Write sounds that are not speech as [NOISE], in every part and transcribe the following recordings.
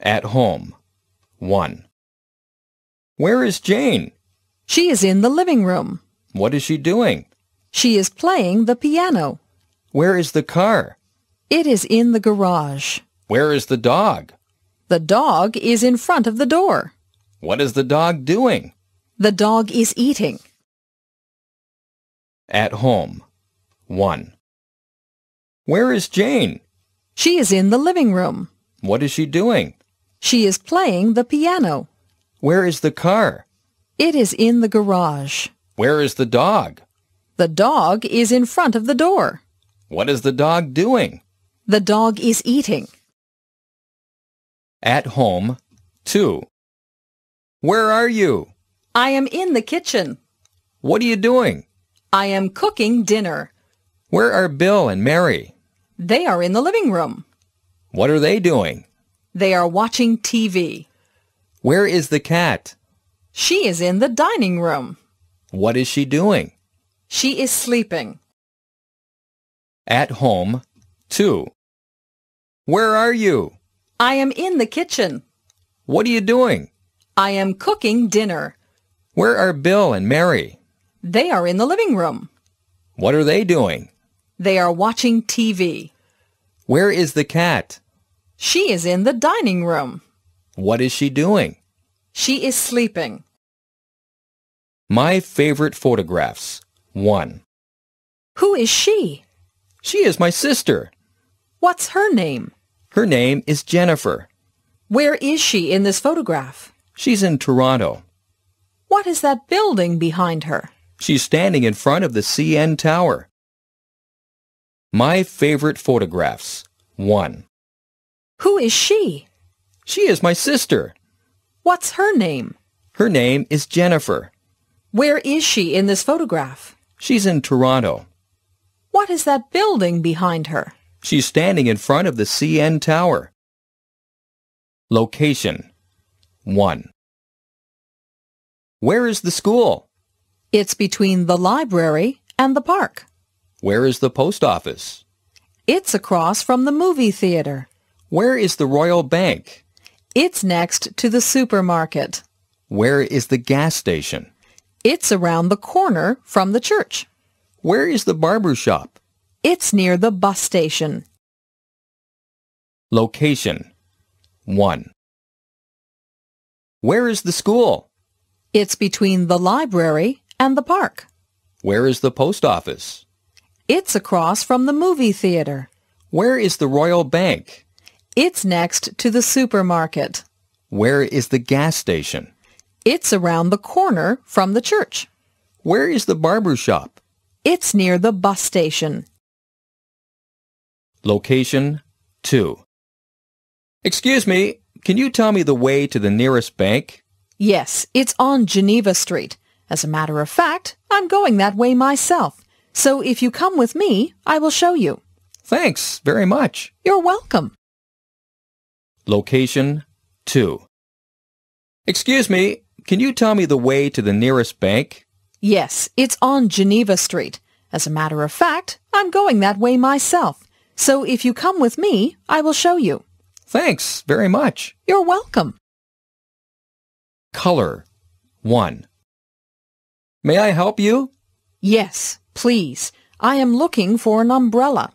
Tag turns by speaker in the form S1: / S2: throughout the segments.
S1: At home. 1. Where is Jane?
S2: She is in the living room.
S1: What is she doing?
S2: She is playing the piano.
S1: Where is the car?
S2: It is in the garage.
S1: Where is the dog?
S2: The dog is in front of the door.
S1: What is the dog doing?
S2: The dog is eating.
S1: At home. 1. Where is Jane?
S2: She is in the living room.
S1: What is she doing?
S2: She is playing the piano.
S1: Where is the car?
S2: It is in the garage.
S1: Where is the dog?
S2: The dog is in front of the door.
S1: What is the dog doing?
S2: The dog is eating.
S1: At home. 2. Where are you?
S2: I am in the kitchen.
S1: What are you doing?
S2: I am cooking dinner.
S1: Where are Bill and Mary?
S2: They are in the living room.
S1: What are they doing?
S2: They are watching TV.
S1: Where is the cat?
S2: She is in the dining room.
S1: What is she doing?
S2: She is sleeping.
S1: At home. 2. Where are you?
S2: I am in the kitchen.
S1: What are you doing?
S2: I am cooking dinner.
S1: Where are Bill and Mary?
S2: They are in the living room.
S1: What are they doing?
S2: They are watching TV.
S1: Where is the cat?
S2: She is in the dining room.
S1: What is she doing?
S2: She is sleeping.
S1: My favorite photographs. 1.
S2: Who is she?
S1: She is my sister.
S2: What's her name?
S1: Her name is Jennifer.
S2: Where is she in this photograph?
S1: She's in Toronto.
S2: What is that building behind her?
S1: She's standing in front of the CN Tower. My favorite photographs. 1.
S2: Who is she?
S1: She is my sister.
S2: What's her name?
S1: Her name is Jennifer.
S2: Where is she in this photograph?
S1: She's in Toronto.
S2: What is that building behind her?
S1: She's standing in front of the CN Tower. Location 1. Where is the school?
S2: It's between the library and the park.
S1: Where is the post office?
S2: It's across from the movie theater.
S1: Where is the Royal Bank?
S2: It's next to the supermarket.
S1: Where is the gas station?
S2: It's around the corner from the church.
S1: Where is the barber shop?
S2: It's near the bus station.
S1: Location 1. Where is the school?
S2: It's between the library and the park.
S1: Where is the post office?
S2: It's across from the movie theater.
S1: Where is the Royal Bank?
S2: It's next to the supermarket.
S1: Where is the gas station?
S2: It's around the corner from the church.
S1: Where is the barber shop?
S2: It's near the bus station.
S1: Location 2. Excuse me, can you tell me the way to the nearest bank?
S2: Yes, it's on Geneva Street. As a matter of fact, I'm going that way myself. So if you come with me, I will show you.
S1: Thanks very much.
S2: You're welcome.
S1: Location 2. Excuse me, can you tell me the way to the nearest bank?
S2: Yes, it's on Geneva Street. As a matter of fact, I'm going that way myself. So if you come with me, I will show you.
S1: Thanks very much.
S2: You're welcome.
S1: Color 1. May I help you?
S2: Yes, please. I am looking for an umbrella.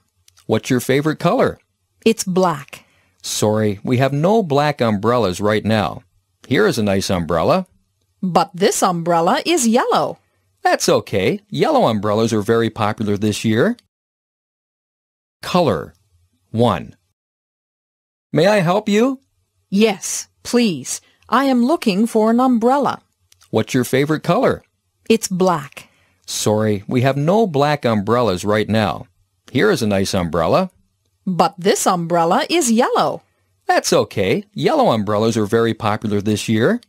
S1: What's your favorite color?
S2: It's black.
S1: Sorry, we have no black umbrellas right now. Here is a nice umbrella.
S2: But this umbrella is yellow.
S1: That's okay. Yellow umbrellas are very popular this year. Color 1. May I help you?
S2: Yes, please. I am looking for an umbrella.
S1: What's your favorite color?
S2: It's black.
S1: Sorry, we have no black umbrellas right now. Here is a nice umbrella.
S2: But this umbrella is yellow.
S1: That's okay. Yellow umbrellas are very popular this year.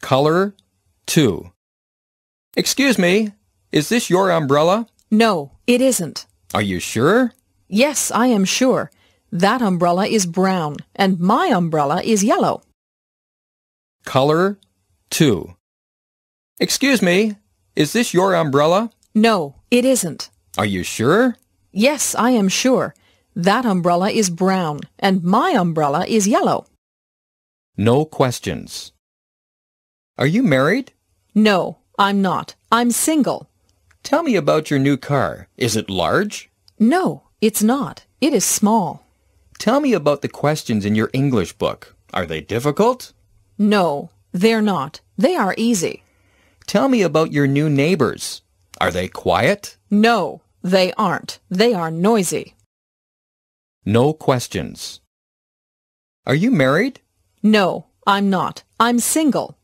S1: Color 2. Excuse me, is this your umbrella?
S2: No, it isn't.
S1: Are you sure?
S2: Yes, I am sure. That umbrella is brown, and my umbrella is yellow.
S1: Color 2. Excuse me, is this your umbrella?
S2: No, it isn't.
S1: Are you sure?
S2: Yes, I am sure. That umbrella is brown, and my umbrella is yellow.
S3: No questions. Are you married?
S2: No, I'm not. I'm single.
S3: Tell me about your new car. Is it large?
S2: No, it's not. It is small.
S3: Tell me about the questions in your English book. Are they difficult?
S2: No, they're not. They are easy.
S3: Tell me about your new neighbors. Are they quiet?
S2: No, they aren't. They are noisy.
S3: No questions. Are you married?
S2: No, I'm not. I'm single.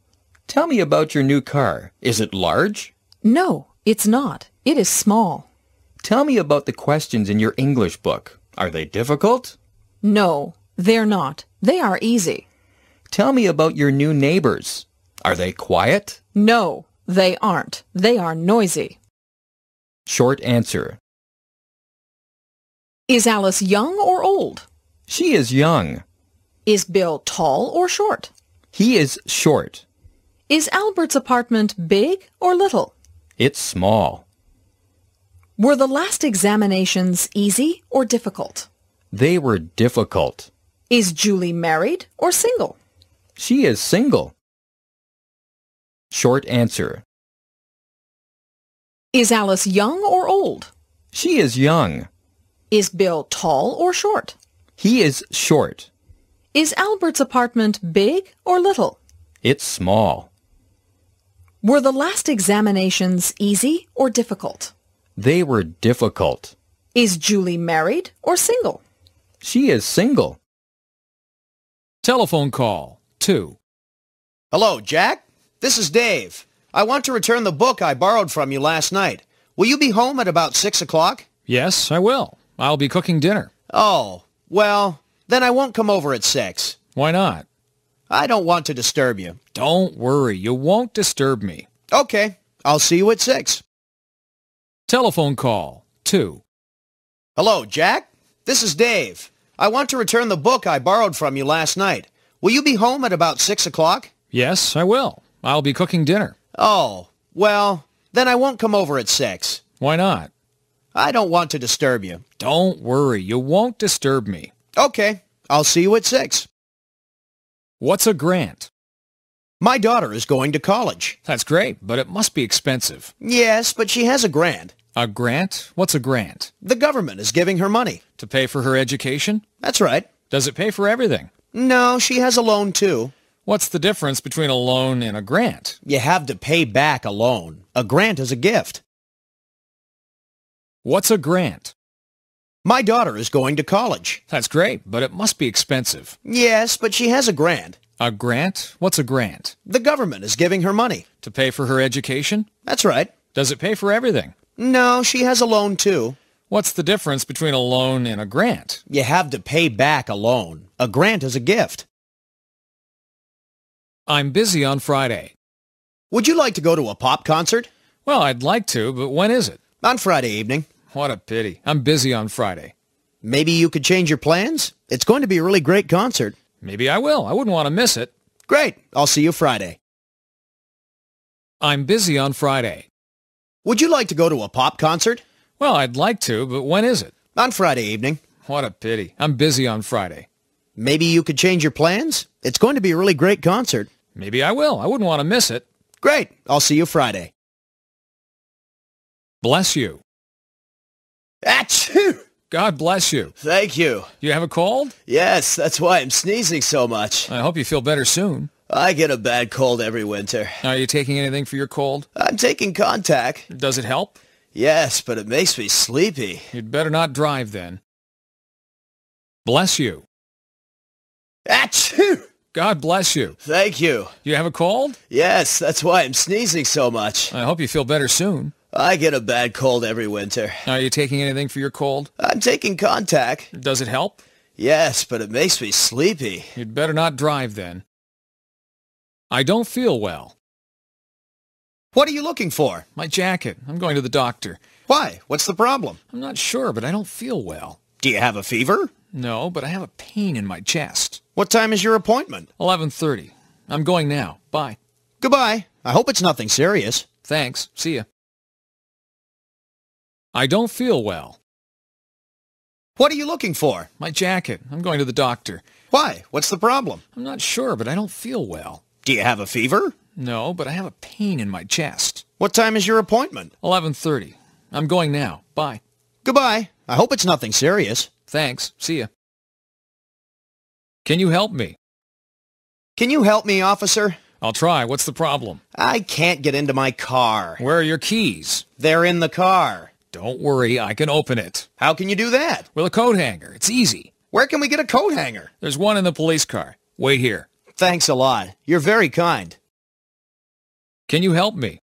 S3: Tell me about your new car. Is it large?
S2: No, it's not. It is small.
S3: Tell me about the questions in your English book. Are they difficult?
S2: No, they're not. They are easy.
S3: Tell me about your new neighbors. Are they quiet?
S2: No, they aren't. They are noisy.
S3: Short answer.
S2: Is Alice young or old?
S3: She is young.
S2: Is Bill tall or short?
S3: He is short.
S2: Is Albert's apartment big or little?
S3: It's small.
S2: Were the last examinations easy or difficult?
S3: They were difficult.
S2: Is Julie married or single?
S3: She is single. Short answer.
S2: Is Alice young or old?
S3: She is young.
S2: Is Bill tall or short?
S3: He is short.
S2: Is Albert's apartment big or little?
S3: It's small.
S2: Were the last examinations easy or difficult?
S3: They were difficult.
S2: Is Julie married or single?
S3: She is single.
S1: Telephone call 2.
S4: Hello, Jack. This is Dave. I want to return the book I borrowed from you last night. Will you be home at about 6 o'clock?
S1: Yes, I will. I'll be cooking dinner.
S4: Oh, well, then I won't come over at 6.
S1: Why not?
S4: I don't want to disturb you.
S1: Don't worry, you won't disturb me.
S4: Okay, I'll see you at 6.
S1: Telephone call 2.
S4: Hello, Jack. This is Dave. I want to return the book I borrowed from you last night. Will you be home at about 6 o'clock?
S1: Yes, I will. I'll be cooking dinner.
S4: Oh, well, then I won't come over at 6.
S1: Why not?
S4: I don't want to disturb you.
S1: Don't worry, you won't disturb me.
S4: Okay, I'll see you at 6.
S1: What's a grant?
S4: My daughter is going to college.
S1: That's great, but it must be expensive.
S4: Yes, but she has a grant.
S1: A grant? What's a grant?
S4: The government is giving her money.
S1: To pay for her education?
S4: That's right.
S1: Does it pay for everything?
S4: No, she has a loan too.
S1: What's the difference between a loan and a grant?
S4: You have to pay back a loan. A grant is a gift.
S1: What's a grant?
S4: My daughter is going to college.
S1: That's great, but it must be expensive.
S4: Yes, but she has a grant.
S1: A grant? What's a grant?
S4: The government is giving her money.
S1: To pay for her education?
S4: That's right.
S1: Does it pay for everything?
S4: No, she has a loan too.
S1: What's the difference between a loan and a grant?
S4: You have to pay back a loan. A grant is a gift.
S1: I'm busy on Friday.
S4: Would you like to go to a pop concert?
S1: Well, I'd like to, but when is it?
S4: On Friday evening.
S1: What a pity. I'm busy on Friday.
S4: Maybe you could change your plans? It's going to be a really great concert.
S1: Maybe I will. I wouldn't want to miss it.
S4: Great. I'll see you Friday.
S1: I'm busy on Friday.
S4: Would you like to go to a pop concert?
S1: Well, I'd like to, but when is it?
S4: On Friday evening.
S1: What a pity. I'm busy on Friday.
S4: Maybe you could change your plans? It's going to be a really great concert.
S1: Maybe I will. I wouldn't want to miss it.
S4: Great. I'll see you Friday.
S1: Bless you.
S4: Achoo!
S1: God bless you.
S4: Thank you.
S1: You have a cold?
S4: Yes, that's why I'm sneezing so much.
S1: I hope you feel better soon.
S4: I get a bad cold every winter.
S1: Are you taking anything for your cold?
S4: I'm taking contact.
S1: Does it help?
S4: Yes, but it makes me sleepy.
S1: You'd better not drive then. Bless you.
S4: Achoo!
S1: God bless you.
S4: Thank you.
S1: You have a cold?
S4: Yes, that's why I'm sneezing so much.
S1: I hope you feel better soon.
S4: I get a bad cold every winter.
S1: Are you taking anything for your cold?
S4: I'm taking contact.
S1: Does it help?
S4: Yes, but it makes me sleepy.
S1: You'd better not drive then. I don't feel well.
S4: What are you looking for?
S1: My jacket. I'm going to the doctor.
S4: Why? What's the problem?
S1: I'm not sure, but I don't feel well.
S4: Do you have a fever?
S1: No, but I have a pain in my chest.
S4: What time is your appointment?
S1: 11:30. I'm going now. Bye.
S4: Goodbye. I hope it's nothing serious.
S1: Thanks. See ya. I don't feel well.
S4: What are you looking for?
S1: My jacket. I'm going to the doctor.
S4: Why? What's the problem?
S1: I'm not sure, but I don't feel well.
S4: Do you have a fever?
S1: No, but I have a pain in my chest.
S4: What time is your appointment?
S1: 11.30. I'm going now. Bye.
S4: Goodbye. I hope it's nothing serious.
S1: Thanks. See ya. Can you help me?
S4: Can you help me, officer?
S1: I'll try. What's the problem?
S4: I can't get into my car.
S1: Where are your keys?
S4: They're in the car.
S1: Don't worry. I can open it.
S4: How can you do that?
S1: With a coat hanger. It's easy.
S4: Where can we get a coat hanger?
S1: There's one in the police car. Wait here.
S4: Thanks a lot. You're very kind.
S1: Can you help me?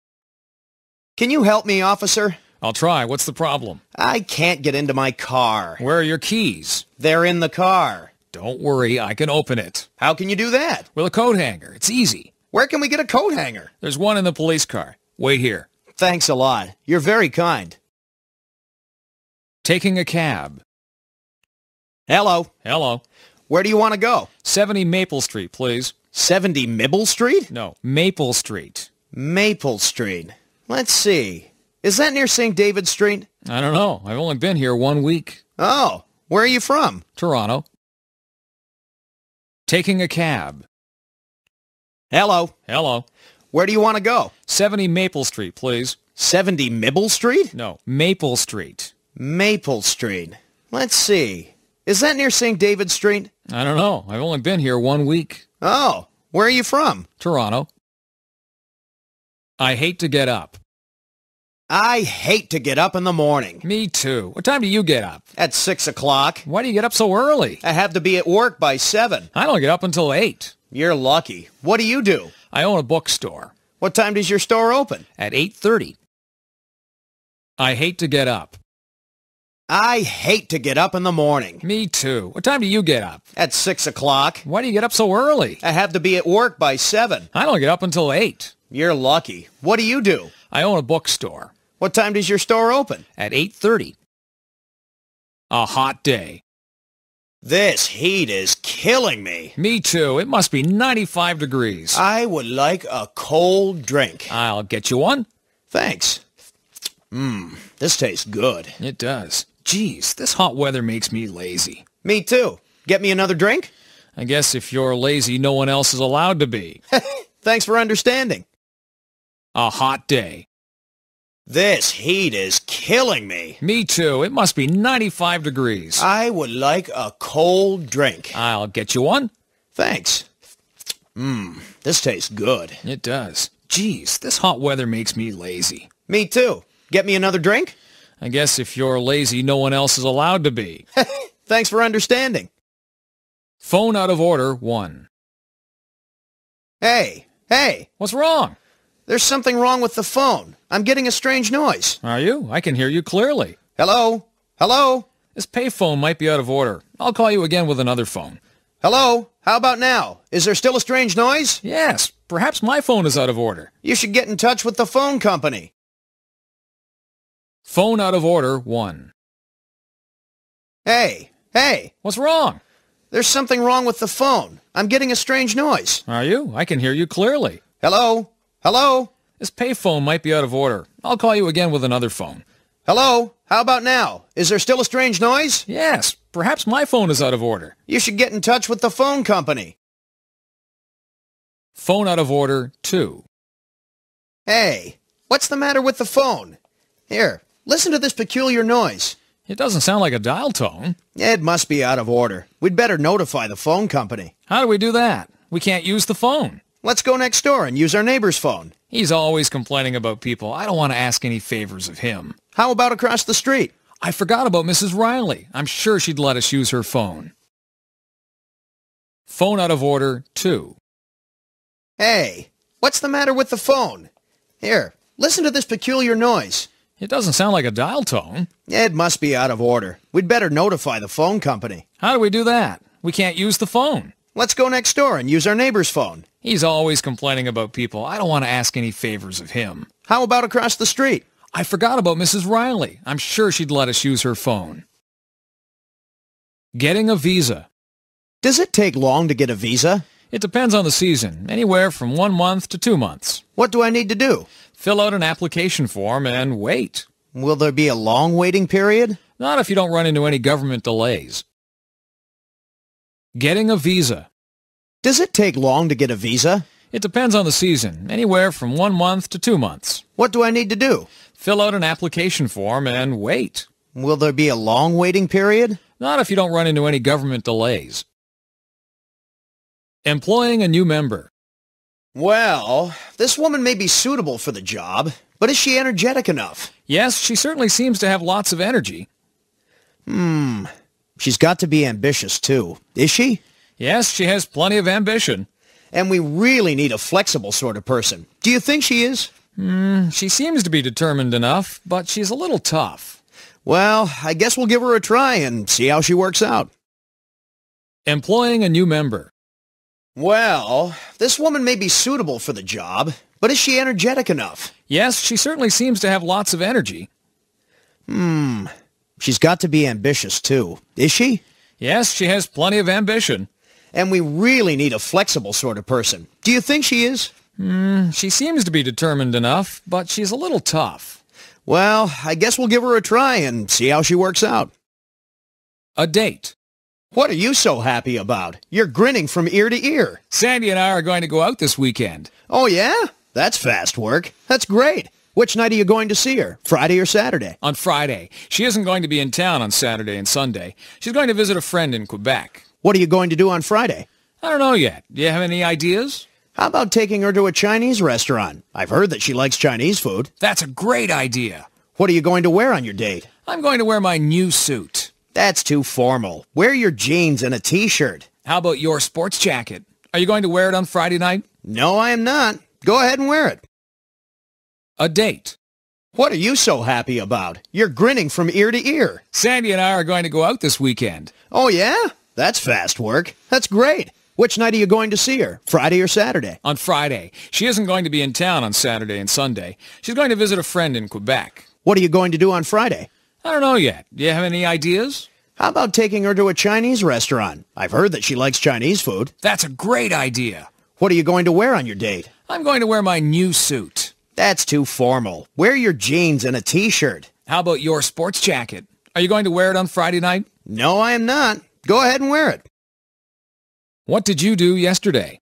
S4: Can you help me, officer?
S1: I'll try. What's the problem?
S4: I can't get into my car.
S1: Where are your keys?
S4: They're in the car.
S1: Don't worry. I can open it.
S4: How can you do that?
S1: With a coat hanger. It's easy.
S4: Where can we get a coat hanger?
S1: There's one in the police car. Wait here.
S4: Thanks a lot. You're very kind.
S1: Taking a cab.
S4: Hello.
S1: Hello.
S4: Where do you want to go?
S1: 70 Maple Street, please.
S4: 70 Mibble Street?
S1: No, Maple Street.
S4: Maple Street. Let's see. Is that near St. David Street?
S1: I don't know. I've only been here one week.
S4: Oh, where are you from?
S1: Toronto. Taking a cab.
S4: Hello.
S1: Hello.
S4: Where do you want to go?
S1: 70 Maple Street, please.
S4: 70 Mibble Street?
S1: No, Maple Street.
S4: Maple Street. Let's see. Is that near St. David Street?
S1: I don't know. I've only been here one week.
S4: Oh, where are you from?
S1: Toronto. I hate to get up.
S4: I hate to get up in the morning.
S1: Me too. What time do you get up?
S4: At 6 o'clock.
S1: Why do you get up so early?
S4: I have to be at work by 7.
S1: I don't get up until 8.
S4: You're lucky. What do you do?
S1: I own a bookstore
S4: What time does your store open?
S1: at 8.30. I hate to get up.
S4: I hate to get up in the morning.
S1: Me too. What time do you get up?
S4: At 6 o'clock.
S1: Why do you get up so early?
S4: I have to be at work by 7.
S1: I don't get up until 8.
S4: You're lucky. What do you do?
S1: I own a bookstore
S4: What time does your store open?
S1: at 8.30. A hot day.
S4: This heat is killing me.
S1: Me too. It must be 95 degrees.
S4: I would like a cold drink.
S1: I'll get you one.
S4: Thanks. Mmm, this tastes good.
S1: It does. Geez, this hot weather makes me lazy.
S4: Me too. Get me another drink?
S1: I guess if you're lazy, no one else is allowed to be.
S4: Thanks for understanding.
S1: A hot day.
S4: This heat is killing me.
S1: Me too. It must be 95 degrees.
S4: I would like a cold drink.
S1: I'll get you one.
S4: Thanks. Mmm, this tastes good.
S1: It does. Geez, this hot weather makes me lazy.
S4: Me too. Get me another drink?
S1: I guess if you're lazy, no one else is allowed to be.
S4: Thanks for understanding.
S1: Phone out of order, one.
S4: Hey, hey,
S1: What's wrong?
S4: there's something wrong with the phone. I'm getting a strange noise.
S1: Are you? I can hear you clearly.
S4: Hello? Hello?
S1: This payphone might be out of order. I'll call you again with another phone.
S4: Hello? How about now? Is there still a strange noise?
S1: Yes, perhaps my phone is out of order.
S4: You should get in touch with the phone company.
S1: Phone out of order, one.
S4: Hey, hey,
S1: What's wrong?
S4: there's something wrong with the phone. I'm getting a strange noise.
S1: Are you? I can hear you clearly.
S4: Hello? Hello?
S1: This payphone might be out of order. I'll call you again with another phone.
S4: Hello? How about now? Is there still a strange noise?
S1: Yes, perhaps my phone is out of order.
S4: You should get in touch with the phone company.
S1: Phone out of order, two.
S4: Hey, what's the matter with the phone? Here, listen to this peculiar noise.
S1: It doesn't sound like a dial tone.
S4: It must be out of order. We'd better notify the phone company.
S1: How do we do that? We can't use the phone.
S4: Let's go next door and use our neighbor's phone.
S1: He's always complaining about people. I don't want to ask any favors of him.
S4: How about across the street?
S1: I forgot about Mrs. Riley. I'm sure she'd let us use her phone. Phone out of order, two.
S4: Hey, what's the matter with the phone? Here, listen to this peculiar noise.
S1: It doesn't sound like a dial tone.
S4: It must be out of order. We'd better notify the phone company.
S1: How do we do that? We can't use the phone.
S4: Let's go next door and use our neighbor's phone.
S1: He's always complaining about people. I don't want to ask any favors of him.
S4: How about across the street?
S1: I forgot about Mrs. Riley. I'm sure she'd let us use her phone. Getting a visa.
S4: Does it take long to get a visa?
S1: It depends on the season, anywhere from one month to two months.
S4: What do I need to do?
S1: Fill out an application form and wait.
S4: Will there be a long waiting period?
S1: Not if you don't run into any government delays. Getting a visa.
S4: Does it take long to get a visa?
S1: It depends on the season, anywhere from one month to two months.
S4: What do I need to do?
S1: Fill out an application form and wait.
S4: Will there be a long waiting period?
S1: Not if you don't run into any government delays. Employing a new member.
S4: Well, this woman may be suitable for the job, but is she energetic enough?
S1: Yes, she certainly seems to have lots of energy.
S4: She's got to be ambitious, too. Is she?
S1: Yes, she has plenty of ambition.
S4: And we really need a flexible sort of person. Do you think she is?
S1: She seems to be determined enough, but she's a little tough.
S4: Well, I guess we'll give her a try and see how she works out.
S1: Employing a new member.
S4: Well, this woman may be suitable for the job, but is she energetic enough?
S1: Yes, she certainly seems to have lots of energy.
S4: She's got to be ambitious, too. Is she?
S1: Yes, she has plenty of ambition.
S4: And we really need a flexible sort of person. Do you think she is?
S1: She seems to be determined enough, but she's a little tough.
S4: Well, I guess we'll give her a try and see how she works out.
S1: A date.
S4: What are you so happy about? You're grinning from ear to ear.
S1: Sandy and I are going to go out this weekend.
S4: Oh, yeah? That's fast work. That's great. Which night are you going to see her? Friday or Saturday?
S1: On Friday. She isn't going to be in town on Saturday and Sunday. She's going to visit a friend in Quebec.
S4: What are you going to do on Friday?
S1: I don't know yet. Do you have any ideas?
S4: How about taking her to a Chinese restaurant? I've heard that she likes Chinese food.
S1: That's a great idea.
S4: What are you going to wear on your date?
S1: I'm going to wear my new suit.
S4: That's too formal. Wear your jeans and a t-shirt.
S1: How about your sports jacket? Are you going to wear it on Friday night?
S4: No, I am not. Go ahead and wear it.
S1: A date.
S4: What are you so happy about? You're grinning from ear to ear.
S1: Sandy and I are going to go out this weekend.
S4: Oh, yeah? That's fast work. That's great. Which night are you going to see her? Friday or Saturday?
S1: On Friday. She isn't going to be in town on Saturday and Sunday. She's going to visit a friend in Quebec.
S4: What are you going to do on Friday?
S1: I don't know yet. Do you have any ideas?
S4: How about taking her to a Chinese restaurant? I've heard that she likes Chinese food.
S1: That's a great idea.
S4: What are you going to wear on your date?
S1: I'm going to wear my new suit.
S4: That's too formal. Wear your jeans and a t-shirt.
S1: How about your sports jacket? Are you going to wear it on Friday night?
S4: No, I am not. Go ahead and wear it.
S1: What did you do yesterday?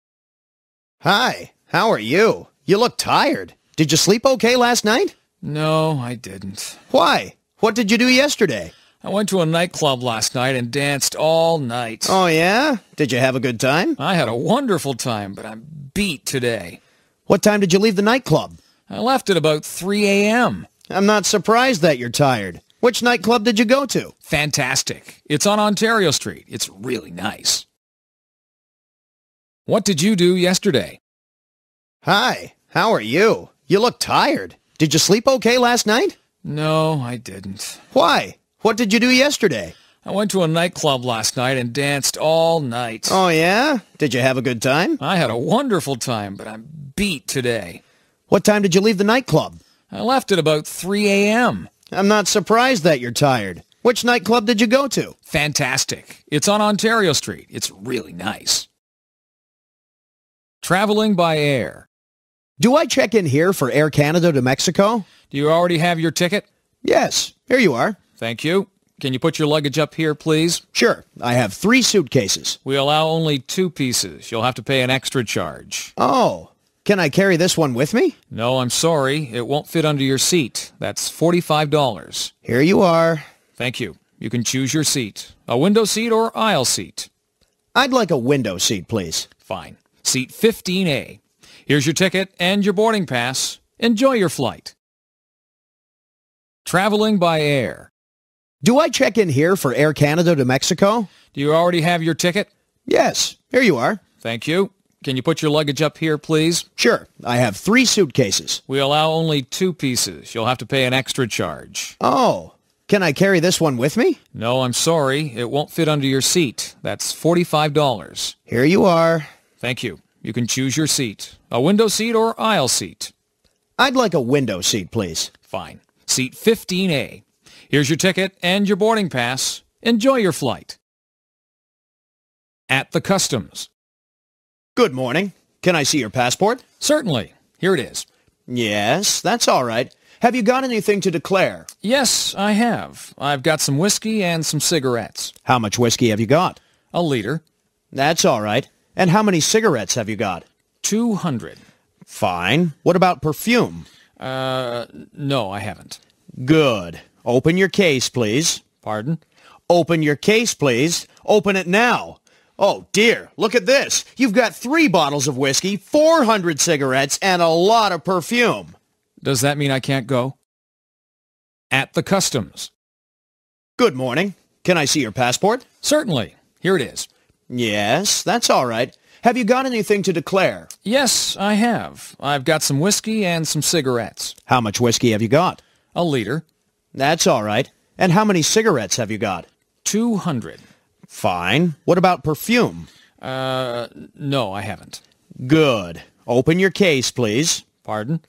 S4: Hi, how are you? You look tired. Did you sleep okay last night?
S1: No, I didn't.
S4: Why? What did you do yesterday?
S1: I went to a nightclub last night and danced all night.
S4: Oh, yeah? Did you have a good time?
S1: I had a wonderful time, but I'm beat today.
S4: What time did you leave the nightclub?
S1: I left at about 3 a.m.
S4: I'm not surprised that you're tired. Which nightclub did you go to?
S1: Fantastic. It's on Ontario Street. It's really nice. What did you do yesterday?
S4: Hi, how are you? You look tired. Did you sleep okay last night?
S1: No, I didn't.
S4: Why? What did you do yesterday?
S1: I went to a nightclub last night and danced all night.
S4: Oh, yeah? Did you have a good time?
S1: I had a wonderful time, but I'm beat today.
S4: What time did you leave the nightclub?
S1: I left at about 3 a.m.
S4: I'm not surprised that you're tired. Which nightclub did you go to?
S1: Fantastic. It's on Ontario Street. It's really nice. Traveling by air.
S4: Do I check in here for Air Canada to Mexico?
S1: Do you already have your ticket?
S4: Yes, here you are.
S1: Thank you. Can you put your luggage up here, please?
S4: Sure, I have three suitcases.
S1: We allow only two pieces. You'll have to pay an extra charge.
S4: Oh, can I carry this one with me?
S1: No, I'm sorry. It won't fit under your seat. That's $45.
S4: Here you are.
S1: Thank you. You can choose your seat. A window seat or aisle seat.
S4: I'd like a window seat, please.
S1: Fine. Seat 15A. Here's your ticket and your boarding pass. Enjoy your flight. Traveling by air.
S4: Do I check in here for Air Canada to Mexico?
S1: Do you already have your ticket?
S4: Yes, here you are.
S1: Thank you. Can you put your luggage up here, please?
S4: Sure, I have three suitcases.
S1: We allow only two pieces. You'll have to pay an extra charge.
S4: Oh, can I carry this one with me?
S1: No, I'm sorry. It won't fit under your seat. That's $45.
S4: Here you are.
S1: Thank you. You can choose your seat. A window seat or aisle seat.
S4: I'd like a window seat, please.
S1: Fine. Seat 15A. Here's your ticket and your boarding pass. Enjoy your flight. At the customs.
S4: Good morning. Can I see your passport?
S1: Certainly. Here it is.
S4: Yes, that's all right. Have you got anything to declare?
S1: Yes, I have. I've got some whiskey and some cigarettes.
S4: How much whiskey have you got?
S1: A liter.
S4: That's all right. And how many cigarettes have you got?
S1: 200.
S4: Fine. What about perfume?
S1: No, I haven't.
S4: Good. Open your case, please.
S1: Pardon?
S4: Open your case, please. Open it now. Oh, dear. Look at this. You've got three bottles of whiskey, 400 cigarettes, and a lot of perfume.
S1: Does that mean I can't go? At the customs.
S4: Good morning. Can I see your passport?
S1: Certainly. Here it is.
S4: Yes, that's all right. Have you got anything to declare?
S1: Yes, I have. I've got some whiskey and some cigarettes.
S4: How much whiskey have you got?
S1: A liter.
S4: That's all right. And how many cigarettes have you got?
S1: 200.
S4: Fine. What about perfume?
S1: Uh, No, I haven't.
S4: Good. Open your case, please.
S1: Pardon?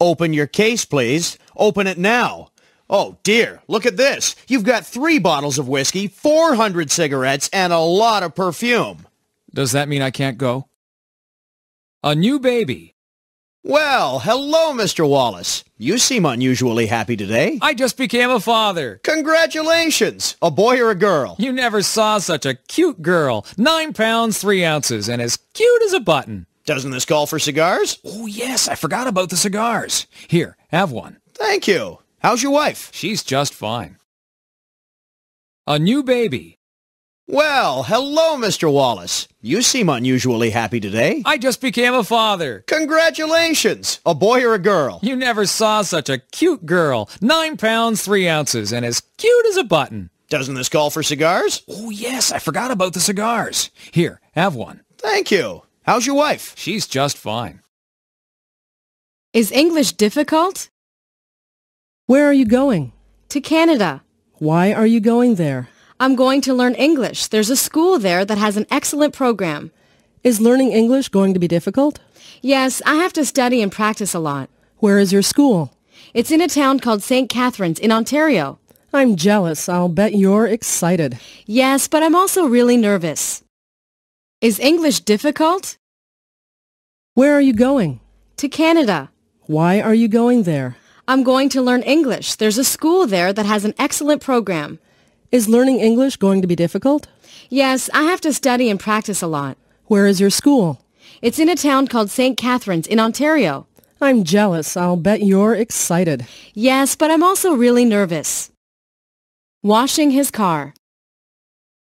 S4: Open your case, please. Open it now. Oh, dear. Look at this. You've got three bottles of whiskey, 400 cigarettes, and a lot of perfume.
S1: Does that mean I can't go? A new baby.
S4: Well, hello, Mr. Wallace. You seem unusually happy today.
S1: I just became a father.
S4: Congratulations! A boy or a girl?
S1: You never saw such a cute girl. Nine pounds, three ounces, and as cute as a button.
S4: Doesn't this call for cigars?
S1: Oh, yes, I forgot about the cigars. Here, have one.
S4: Thank you. How's your wife?
S1: She's just fine. A new baby.
S4: Well, hello, Mr. Wallace. You seem unusually happy today.
S1: I just became a father.
S4: Congratulations! A boy or a girl?
S1: You never saw such a cute girl. Nine pounds, three ounces, and as cute as a button.
S4: Doesn't this call for cigars?
S1: Oh, yes, I forgot about the cigars. Here, have one.
S4: Thank you. How's your wife?
S1: She's just fine.
S2: Is English difficult?
S5: Where are you going?
S2: To Canada.
S5: Why are you going there?
S2: I'm going to learn English. There's a school there that has an excellent program.
S5: Is learning English going to be difficult?
S2: Yes, I have to study and practice a lot.
S5: Where is your school?
S2: It's in a town called St. Catharines in Ontario.
S5: I'm jealous. I'll bet you're excited.
S2: Yes, but I'm also really nervous. Is English difficult?
S5: Where are you going?
S2: To Canada.
S5: Why are you going there?
S2: I'm going to learn English. There's a school there that has an excellent program.
S5: Is learning English going to be difficult?
S2: Yes, I have to study and practice a lot.
S5: Where is your school?
S2: It's in a town called St. Catharines in Ontario.
S5: I'm jealous. I'll bet you're excited.
S2: Yes, but I'm also really nervous. Washing his car.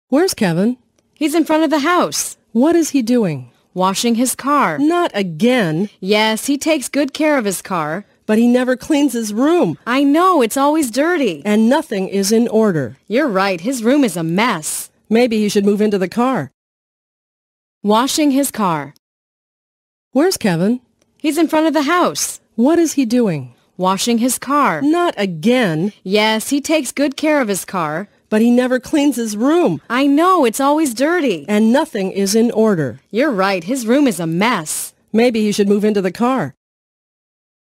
S5: Where's Kevin?
S2: He's in front of the house.
S5: What is he doing?
S2: Washing his car.
S5: Not again,
S2: Yes, he takes good care of his car.
S5: but he never cleans his room,
S2: I know, it's always dirty.
S5: and nothing is in order.
S2: You're right, his room is a mess.
S5: Maybe he should move into the car.
S2: Washing his car.
S5: Where's Kevin?
S2: He's in front of the house.
S5: What is he doing?
S2: Washing his car.
S5: Not again,
S2: Yes, he takes good care of his car.
S5: but he never cleans his room,
S2: I know, it's always dirty.
S5: and nothing is in order.
S2: You're right, his room is a mess.
S5: Maybe he should move into the car.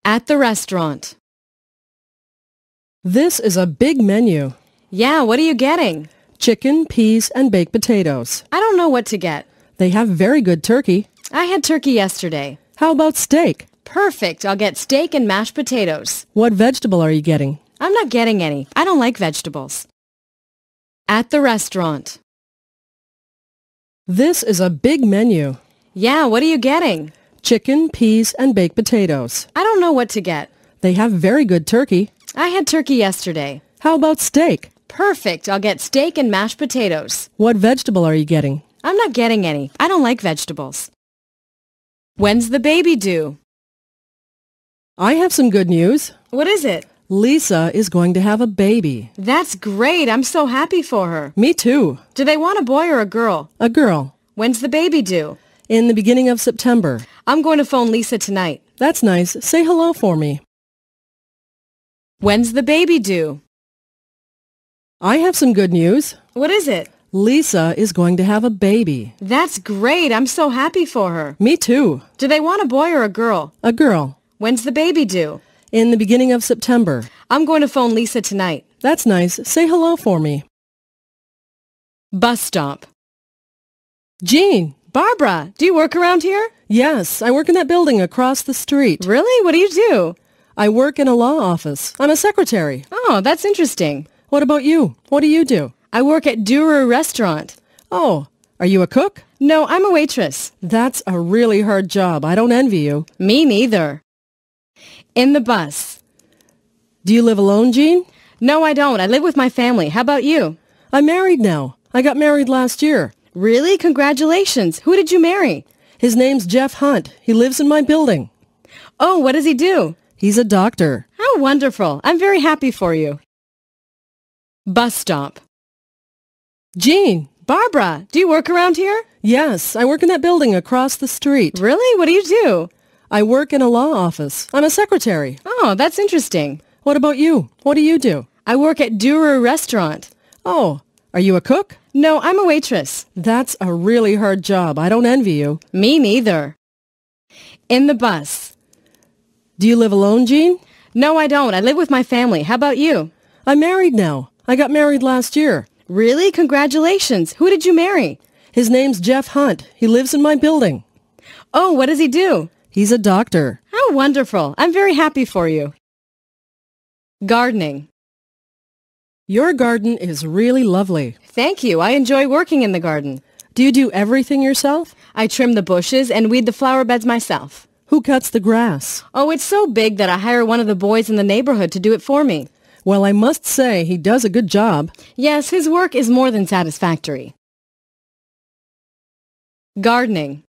S2: At the restaurant.
S5: This is a big menu.
S2: Yeah, what are you getting?
S5: Chicken, peas, and baked potatoes.
S2: I don't know what to get.
S5: They have very good turkey.
S2: I had turkey yesterday.
S5: How about steak?
S2: Perfect, I'll get steak and mashed potatoes.
S5: What vegetable are you getting?
S2: I'm not getting any. I don't like vegetables. At the restaurant.
S5: This is a big menu.
S2: Yeah, what are you getting?
S5: Chicken, peas, and baked potatoes.
S2: I don't know what to get.
S5: They have very good turkey.
S2: I had turkey yesterday.
S5: How about steak?
S2: Perfect. I'll get steak and mashed potatoes.
S5: What vegetable are you getting?
S2: I'm not getting any. I don't like vegetables. When's the baby due?
S5: I have some good news.
S2: What is it?
S5: Lisa is going to have a baby.
S2: That's great. I'm so happy for her.
S5: Me too.
S2: Do they want a boy or a girl?
S5: A girl.
S2: When's the baby due?
S5: In the beginning of September.
S2: I'm going to phone Lisa tonight.
S5: That's nice. Say hello for me.
S2: When's the baby due?
S5: I have some good news.
S2: What is it?
S5: Lisa is going to have a baby.
S2: That's great. I'm so happy for her.
S5: Me too.
S2: Do they want a boy or a girl?
S5: A girl.
S2: When's the baby due?
S5: In the beginning of September.
S2: I'm going to phone Lisa tonight.
S5: That's nice. Say hello for me.
S2: Bus stop.
S5: Jean.
S2: Barbara, do you work around here?
S5: Yes, I work in that building across the street.
S2: Really? What do you do?
S5: I work in a law office. I'm a secretary.
S6: Oh, that's interesting.
S5: What about you? What do you do?
S6: I work at Duru Restaurant.
S5: Oh, are you a cook?
S6: No, I'm a waitress.
S5: That's a really hard job. I don't envy you.
S6: Me neither. In the bus.
S5: Do you live alone, Jean?
S6: No, I don't. I live with my family. How about you?
S5: I'm married now. I got married last year.
S6: Really? Congratulations. Who did you marry?
S5: His name's Jeff Hunt. He lives in my building.
S6: Oh, what does he do?
S5: He's a doctor.
S6: How wonderful. I'm very happy for you. Bus stop.
S5: Jean.
S6: Barbara, do you work around here?
S5: Yes, I work in that building across the street.
S6: Really? What do you do?
S5: I work in a law office. I'm a secretary.
S6: Oh, that's interesting.
S5: What about you? What do you do?
S6: I work at Duru Restaurant.
S5: Oh, are you a cook?
S6: No, I'm a waitress.
S5: That's a really hard job. I don't envy you.
S6: Me neither. In the bus.
S5: Do you live alone, Jean?
S6: No, I don't. I live with my family. How about you?
S5: I'm married now. I got married last year.
S6: Really? Congratulations. Who did you marry?
S5: His name's Jeff Hunt. He lives in my building.
S6: Oh, what does he do?
S5: He's a doctor.
S6: How wonderful. I'm very happy for you. Gardening.
S5: Your garden is really lovely.
S6: Thank you. I enjoy working in the garden.
S5: Do you do everything yourself?
S6: I trim the bushes and weed the flower beds myself.
S5: Who cuts the grass?
S6: Oh, it's so big that I hire one of the boys in the neighborhood to do it for me.
S5: Well, I must say he does a good job.
S6: Yes, his work is more than satisfactory. Gardening.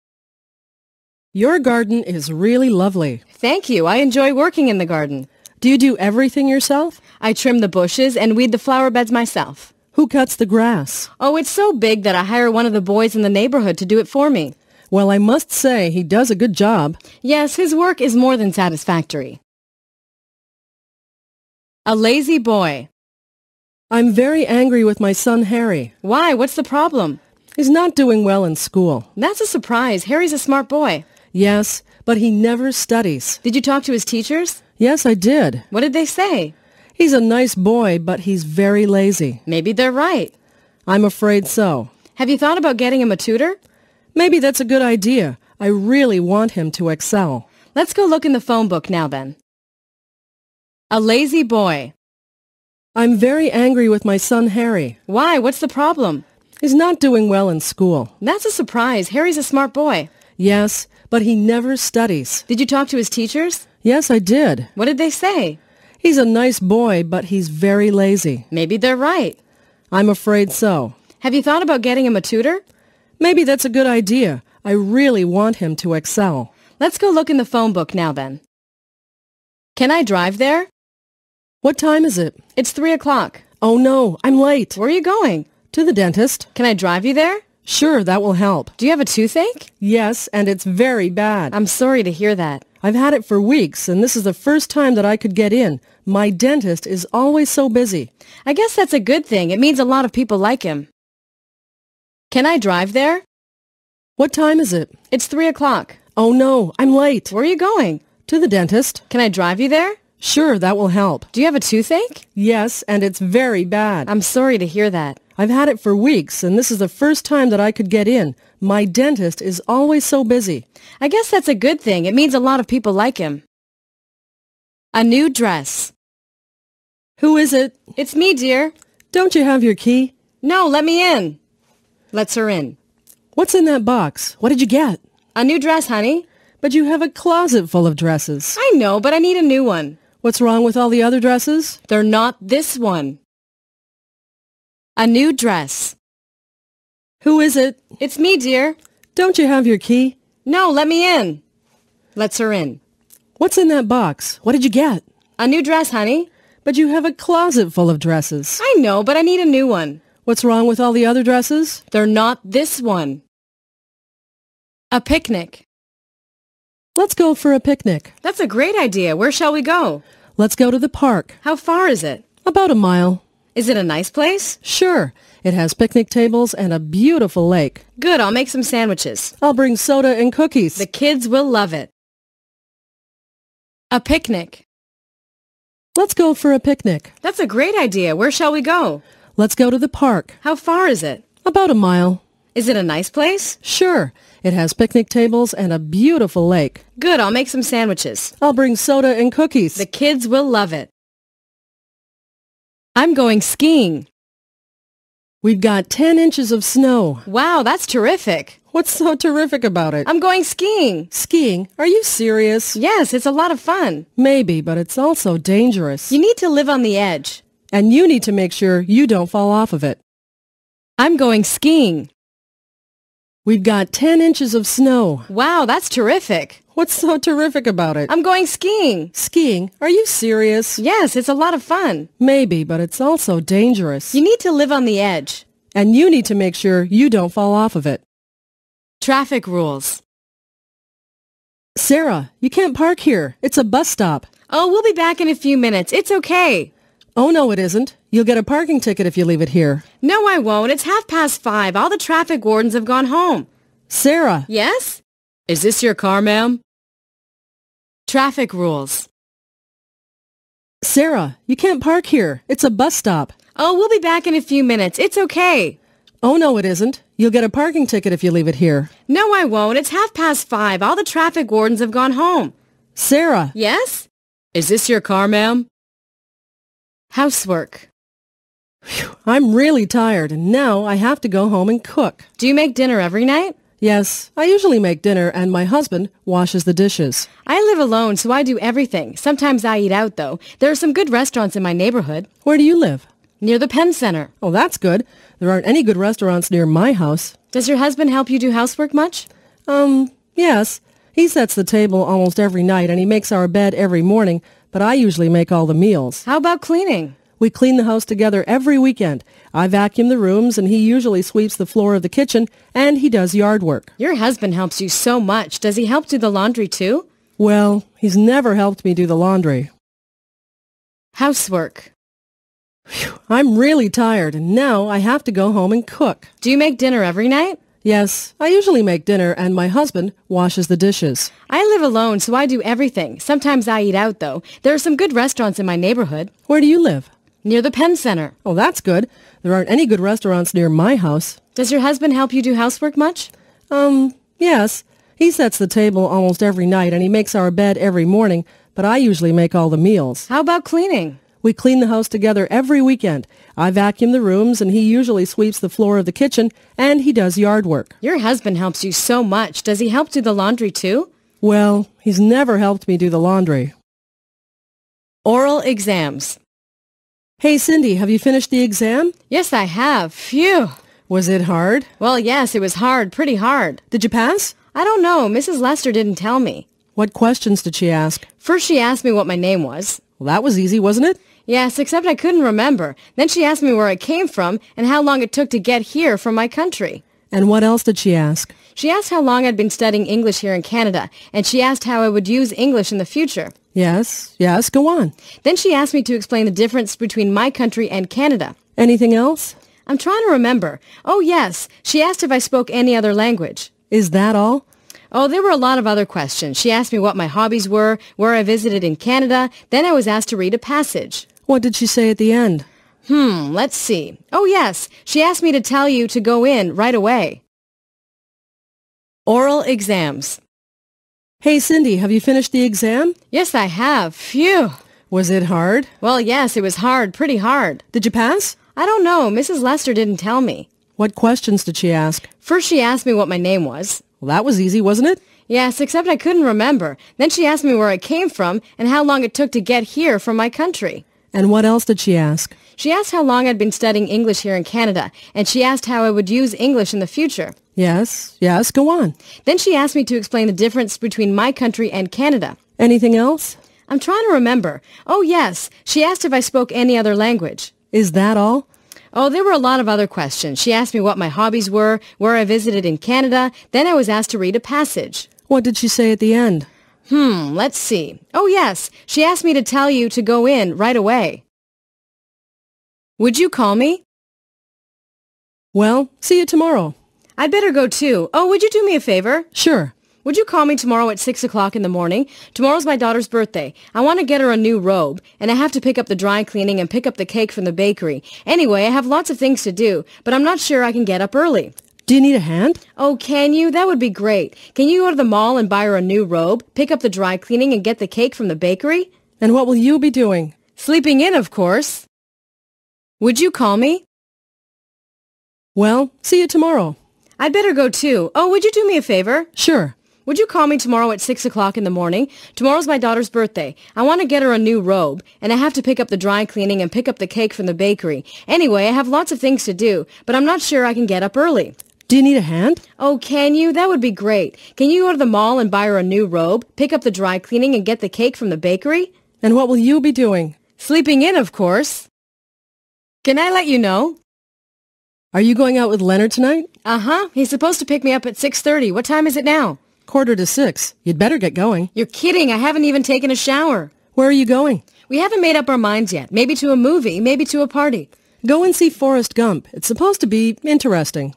S5: Your garden is really lovely.
S6: Thank you. I enjoy working in the garden.
S5: Do you do everything yourself?
S6: I trim the bushes and weed the flower beds myself.
S5: Who cuts the grass?
S6: Oh, it's so big that I hire one of the boys in the neighborhood to do it for me.
S5: Well, I must say he does a good job.
S6: Yes, his work is more than satisfactory. A lazy boy.
S5: I'm very angry with my son Harry.
S6: Why? What's the problem?
S5: He's not doing well in school.
S6: That's a surprise. Harry's a smart boy.
S5: Yes, but he never studies.
S6: Did you talk to his teachers?
S5: Yes, I did.
S6: What did they say?
S5: He's a nice boy, but he's very lazy.
S6: Maybe they're right.
S5: I'm afraid so.
S6: Have you thought about getting him a tutor?
S5: Maybe that's a good idea. I really want him to excel.
S6: Let's go look in the phone book now then. A lazy boy.
S5: I'm very angry with my son Harry.
S6: Why? What's the problem?
S5: He's not doing well in school.
S6: That's a surprise. Harry's a smart boy.
S5: Yes, but he never studies.
S6: Did you talk to his teachers?
S5: Yes, I did.
S6: What did they say?
S5: He's a nice boy, but he's very lazy.
S6: Maybe they're right.
S5: I'm afraid so.
S6: Have you thought about getting him a tutor?
S5: Maybe that's a good idea. I really want him to excel.
S6: Let's go look in the phone book now then. Can I drive there?
S5: What time is it?
S6: It's three o'clock.
S5: Oh no, I'm late.
S6: Where are you going?
S5: To the dentist.
S6: Can I drive you there?
S5: Sure, that will help.
S6: Do you have a toothache?
S5: Yes, and it's very bad.
S6: I'm sorry to hear that.
S5: I've had it for weeks, and this is the first time that I could get in. My dentist is always so busy.
S6: I guess that's a good thing. It means a lot of people like him. Can I drive there?
S5: What time is it?
S6: It's three o'clock.
S5: Oh no, I'm late.
S6: Where are you going?
S5: To the dentist.
S6: Can I drive you there?
S5: Sure, that will help.
S6: Do you have a toothache?
S5: Yes, and it's very bad.
S6: I'm sorry to hear that.
S5: I've had it for weeks, and this is the first time that I could get in. My dentist is always so busy.
S6: I guess that's a good thing. It means a lot of people like him. A new dress.
S5: Who is it?
S6: It's me, dear.
S5: Don't you have your key?
S6: No, let me in. Lets her in.
S5: What's in that box? What did you get?
S6: A new dress, honey.
S5: But you have a closet full of dresses.
S6: I know, but I need a new one.
S5: What's wrong with all the other dresses?
S6: They're not this one. A new dress.
S5: Who is it?
S6: It's me, dear.
S5: Don't you have your key?
S6: No, let me in. Lets her in.
S5: What's in that box? What did you get?
S6: A new dress, honey.
S5: But you have a closet full of dresses.
S6: I know, but I need a new one.
S5: What's wrong with all the other dresses?
S6: They're not this one. A picnic.
S5: Let's go for a picnic.
S6: That's a great idea. Where shall we go?
S5: Let's go to the park.
S6: How far is it?
S5: About a mile.
S6: Is it a nice place?
S5: Sure, it has picnic tables and a beautiful lake.
S6: Good, I'll make some sandwiches.
S5: I'll bring soda and cookies.
S6: The kids will love it. A picnic.
S5: Let's go for a picnic.
S6: That's a great idea. Where shall we go?
S5: Let's go to the park.
S6: How far is it?
S5: About a mile.
S6: Is it a nice place?
S5: Sure, it has picnic tables and a beautiful lake.
S6: Good, I'll make some sandwiches.
S5: I'll bring soda and cookies.
S6: The kids will love it. I'm going skiing.
S5: We've got 10 inches of snow.
S6: Wow, that's terrific.
S5: What's so terrific about it?
S6: I'm going skiing.
S5: Skiing? Are you serious?
S6: Yes, it's a lot of fun.
S5: Maybe, but it's also dangerous.
S6: You need to live on the edge.
S5: and you need to make sure you don't fall off of it.
S6: I'm going skiing.
S5: We've got 10 inches of snow.
S6: Wow, that's terrific.
S5: What's so terrific about it?
S6: I'm going skiing.
S5: Skiing? Are you serious?
S6: Yes, it's a lot of fun.
S5: Maybe, but it's also dangerous.
S6: You need to live on the edge.
S5: and you need to make sure you don't fall off of it.
S6: Traffic rules.
S5: Sarah, you can't park here. It's a bus stop.
S6: Oh, we'll be back in a few minutes. It's okay.
S5: Oh, no, it isn't. You'll get a parking ticket if you leave it here.
S6: No, I won't. It's half past five. All the traffic wardens have gone home.
S5: Sarah,
S6: Yes? Is this your car, ma'am? Traffic rules.
S5: Sarah, you can't park here. It's a bus stop.
S6: Oh, we'll be back in a few minutes. It's okay.
S5: Oh, no, it isn't. You'll get a parking ticket if you leave it here.
S6: No, I won't. It's half past five. All the traffic wardens have gone home.
S5: Sarah,
S6: Yes? Is this your car, ma'am? Housework.
S5: I'm really tired, and now I have to go home and cook.
S6: Do you make dinner every night?
S5: Yes, I usually make dinner, and my husband washes the dishes.
S6: I live alone, so I do everything. Sometimes I eat out, though. There are some good restaurants in my neighborhood,
S5: Where do you live?
S6: near the Penn Center.
S5: Oh, that's good. There aren't any good restaurants near my house.
S6: Does your husband help you do housework much?
S5: Um, yes. He sets the table almost every night, and he makes our bed every morning, but I usually make all the meals.
S6: How about cleaning?
S5: We clean the house together every weekend. I vacuum the rooms, and he usually sweeps the floor of the kitchen, and he does yard work.
S6: Your husband helps you so much. Does he help do the laundry, too?
S5: Well, he's never helped me do the laundry.
S6: Housework.
S5: I'm really tired, and now I have to go home and cook.
S6: Do you make dinner every night?
S5: Yes, I usually make dinner, and my husband washes the dishes.
S6: I live alone, so I do everything. Sometimes I eat out, though. There are some good restaurants in my neighborhood,
S5: Where do you live?
S6: near the Penn Center.
S5: Oh, that's good. There aren't any good restaurants near my house.
S6: Does your husband help you do housework much?
S5: Um, yes. He sets the table almost every night, and he makes our bed every morning, but I usually make all the meals.
S6: How about cleaning?
S5: We clean the house together every weekend. I vacuum the rooms, and he usually sweeps the floor of the kitchen, and he does yard work.
S6: Your husband helps you so much. Does he help do the laundry, too?
S5: Well, he's never helped me do the laundry.
S6: Oral exams.
S5: Hey, Cindy, have you finished the exam?
S6: Yes, I have. Phew.
S5: Was it hard?
S6: Well, yes, it was hard, pretty hard.
S5: Did you pass?
S6: I don't know. Mrs. Lester didn't tell me.
S5: What questions did she ask?
S6: First, she asked me what my name was.
S5: Well, that was easy, wasn't it?
S6: Yes, except I couldn't remember. Then she asked me where I came from and how long it took to get here from my country.
S5: And what else did she ask?
S6: She asked how long I'd been studying English here in Canada, and she asked how I would use English in the future.
S5: Yes, yes, go on.
S6: Then she asked me to explain the difference between my country and Canada.
S5: Anything else?
S6: I'm trying to remember. Oh, yes. She asked if I spoke any other language.
S5: Is that all?
S6: Oh, there were a lot of other questions. She asked me what my hobbies were, where I visited in Canada. Then I was asked to read a passage.
S5: What did she say at the end?
S6: Hmm, let's see. Oh, yes. She asked me to tell you to go in right away. Oral exams.
S5: Hey, Cindy, have you finished the exam?
S6: Yes, I have. Phew.
S5: Was it hard?
S6: Well, yes, it was hard, pretty hard.
S5: Did you pass?
S6: I don't know. Mrs. Lester didn't tell me.
S5: What questions did she ask?
S6: First, she asked me what my name was.
S5: Well, that was easy, wasn't it?
S6: Yes, except I couldn't remember. Then she asked me where I came from and how long it took to get here from my country.
S5: And what else did she ask?
S6: She asked how long I'd been studying English here in Canada, and she asked how I would use English in the future.
S5: Yes, yes, go on.
S6: Then she asked me to explain the difference between my country and Canada.
S5: Anything else?
S6: I'm trying to remember. Oh, yes. She asked if I spoke any other language.
S5: Is that all?
S6: Oh, there were a lot of other questions. She asked me what my hobbies were, where I visited in Canada. Then I was asked to read a passage.
S5: What did she say at the end?
S6: Hmm, let's see. Oh, yes. She asked me to tell you to go in right away. Would you call me?
S5: Well, see you tomorrow.
S6: I'd better go too. Oh, would you do me a favor?
S5: Sure.
S6: Would you call me tomorrow at 6 o'clock in the morning? Tomorrow's my daughter's birthday. I want to get her a new robe, and I have to pick up the dry cleaning and pick up the cake from the bakery. Anyway, I have lots of things to do, but I'm not sure I can get up early.
S5: Do you need a hand?
S6: Oh, can you? That would be great. Can you go to the mall and buy her a new robe, pick up the dry cleaning, and get the cake from the bakery?
S5: And what will you be doing?
S6: Sleeping in, of course. Would you call me?
S5: Well, see you tomorrow.
S6: I'd better go too. Oh, would you do me a favor?
S5: Sure.
S6: Would you call me tomorrow at 6 o'clock in the morning? Tomorrow's my daughter's birthday. I want to get her a new robe, and I have to pick up the dry cleaning and pick up the cake from the bakery. Anyway, I have lots of things to do, but I'm not sure I can get up early.
S5: Do you need a hand?
S6: Oh, can you? That would be great. Can you go to the mall and buy her a new robe, pick up the dry cleaning, and get the cake from the bakery?
S5: And what will you be doing?
S6: Sleeping in, of course. Can I let you know?
S5: Are you going out with Leonard tonight?
S6: Uh-huh. He's supposed to pick me up at 6.30. What time is it now?
S5: Quarter to six. You'd better get going.
S6: You're kidding. I haven't even taken a shower.
S5: Where are you going?
S6: We haven't made up our minds yet. Maybe to a movie, maybe to a party.
S5: Go and see Forrest Gump. It's supposed to be interesting.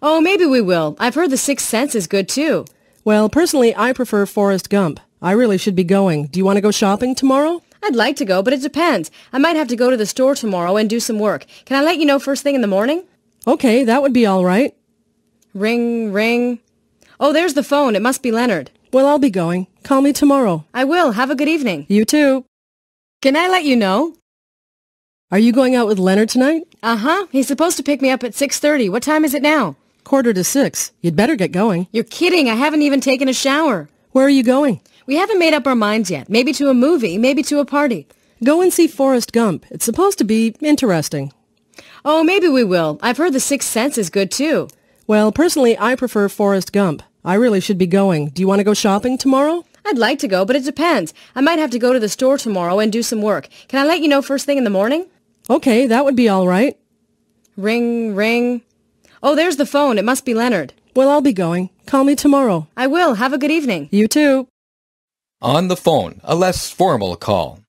S6: Oh, maybe we will. I've heard The Sixth Sense is good, too.
S5: Well, personally, I prefer Forrest Gump. I really should be going. Do you want to go shopping tomorrow?
S6: I'd like to go, but it depends. I might have to go to the store tomorrow and do some work. Can I let you know first thing in the morning?
S5: Okay, that would be all right.
S6: Ring, ring. Oh, there's the phone. It must be Leonard.
S5: Well, I'll be going. Call me tomorrow.
S6: I will. Have a good evening.
S5: You too.
S6: Can I let you know?
S5: Are you going out with Leonard tonight?
S6: Uh-huh. He's supposed to pick me up at 6.30. What time is it now?
S5: Quarter to six. You'd better get going.
S6: You're kidding. I haven't even taken a shower.
S5: Where are you going?
S6: We haven't made up our minds yet. Maybe to a movie, maybe to a party.
S5: Go and see Forrest Gump. It's supposed to be interesting.
S6: Oh, maybe we will. I've heard The Sixth Sense is good, too.
S5: Well, personally, I prefer Forrest Gump. I really should be going. Do you want to go shopping tomorrow?
S6: I'd like to go, but it depends. I might have to go to the store tomorrow and do some work. Can I let you know first thing in the morning?
S5: Okay, that would be all right.
S6: Ring, ring. Oh, there's the phone. It must be Leonard.
S5: Well, I'll be going. Call me tomorrow.
S6: I will. Have a good evening.
S5: You too.
S1: On the phone, a less formal call.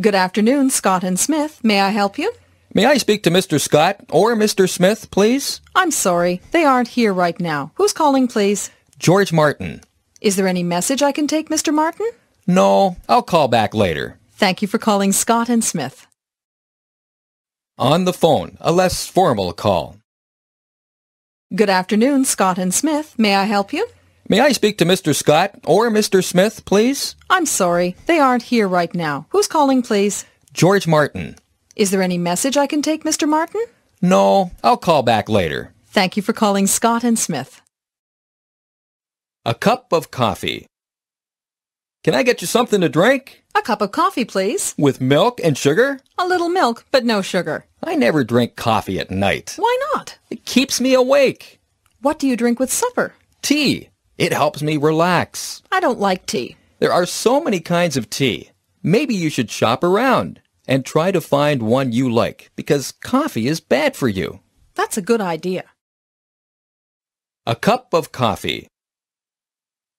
S2: Good afternoon, Scott and Smith. May I help you?
S1: May I speak to Mr. Scott or Mr. Smith, please?
S2: I'm sorry. They aren't here right now. Who's calling, please?
S1: George Martin.
S2: Is there any message I can take, Mr. Martin?
S1: No, I'll call back later.
S2: Thank you for calling Scott and Smith.
S1: On the phone, a less formal call.
S2: Good afternoon, Scott and Smith. May I help you?
S1: May I speak to Mr. Scott or Mr. Smith, please?
S2: I'm sorry. They aren't here right now. Who's calling, please?
S1: George Martin.
S2: Is there any message I can take, Mr. Martin?
S1: No, I'll call back later.
S2: Thank you for calling Scott and Smith.
S1: A cup of coffee. Can I get you something to drink?
S2: A cup of coffee, please.
S1: With milk and sugar?
S2: A little milk, but no sugar.
S1: I never drink coffee at night.
S2: Why not?
S1: It keeps me awake.
S2: What do you drink with supper?
S1: Tea. It helps me relax.
S2: I don't like tea.
S1: There are so many kinds of tea. Maybe you should shop around and try to find one you like because coffee is bad for you.
S2: That's a good idea.
S1: A cup of coffee.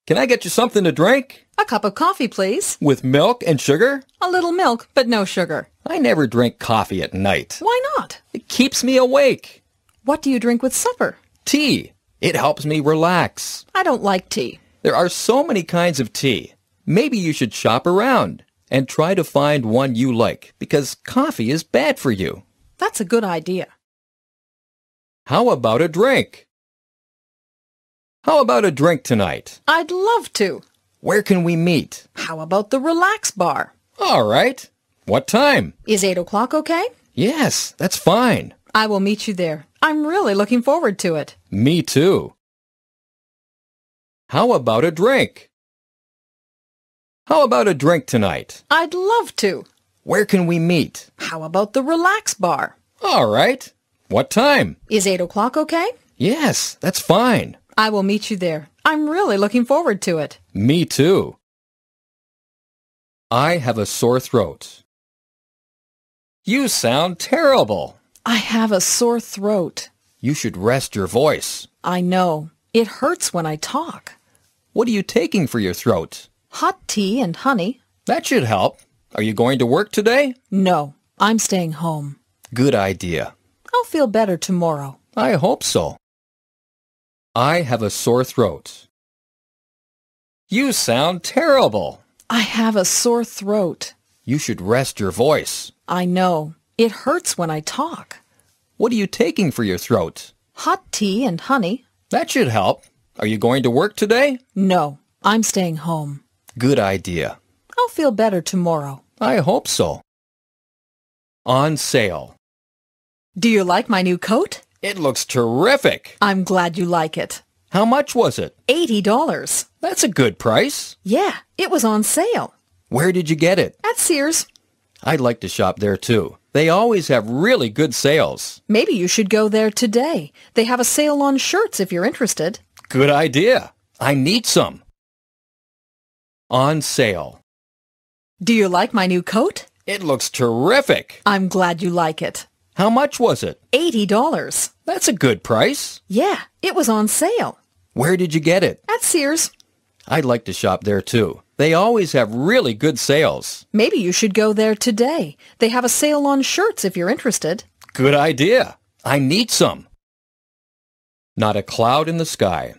S1: Can I get you something to drink?
S2: A cup of coffee, please.
S1: With milk and sugar?
S2: A little milk, but no sugar.
S1: I never drink coffee at night.
S2: Why not?
S1: It keeps me awake.
S2: What do you drink with supper?
S1: Tea. It helps me relax.
S2: I don't like tea.
S1: There are so many kinds of tea. Maybe you should shop around and try to find one you like because coffee is bad for you.
S2: That's a good idea.
S1: How about a drink? How about a drink tonight?
S2: I'd love to.
S1: Where can we meet?
S2: How about the relax bar?
S1: All right. What time?
S2: Is 8 o'clock okay?
S1: Yes, that's fine.
S2: I will meet you there. I'm really looking forward to it.
S1: Me too. How about a drink? How about a drink tonight?
S2: I'd love to.
S1: Where can we meet?
S2: How about the relax bar?
S1: All right. What time?
S2: Is 8 o'clock okay?
S1: Yes, that's fine.
S2: I will meet you there. I'm really looking forward to it.
S1: Me too. I have a sore throat. You sound terrible.
S2: I have a sore throat.
S1: You should rest your voice.
S2: I know. It hurts when I talk.
S1: What are you taking for your throat?
S2: Hot tea and honey?
S1: That should help. Are you going to work today?
S2: No, I'm staying home.
S1: Good idea.
S2: I'll feel better tomorrow.
S1: I hope so. I have a sore throat. You sound terrible.
S2: I have a sore throat.
S1: You should rest your voice.
S2: I know. It hurts when I talk.
S1: What are you taking for your throat?
S2: Hot tea and honey?
S1: That should help. Are you going to work today?
S2: No, I'm staying home.
S1: Good idea.
S2: I'll feel better tomorrow.
S1: I hope so. On sale.
S2: Do you like my new coat?
S1: It looks terrific.
S2: I'm glad you like it.
S1: How much was it?
S2: $80.
S1: That's a good price.
S2: Yeah, it was on sale.
S1: Where did you get it?
S2: At Sears.
S1: I'd like to shop there too. They always have really good sales.
S2: Maybe you should go there today. They have a sale on shirts if you're interested.
S1: Good idea. I need some. On sale.
S2: Do you like my new coat?
S1: It looks terrific.
S2: I'm glad you like it.
S1: How much was it?
S2: $80.
S1: That's a good price.
S2: Yeah, it was on sale.
S1: Where did you get it?
S2: At Sears.
S1: I'd like to shop there too. They always have really good sales.
S2: Maybe you should go there today. They have a sale on shirts if you're interested.
S1: Good idea. I need some. Not a cloud in the sky.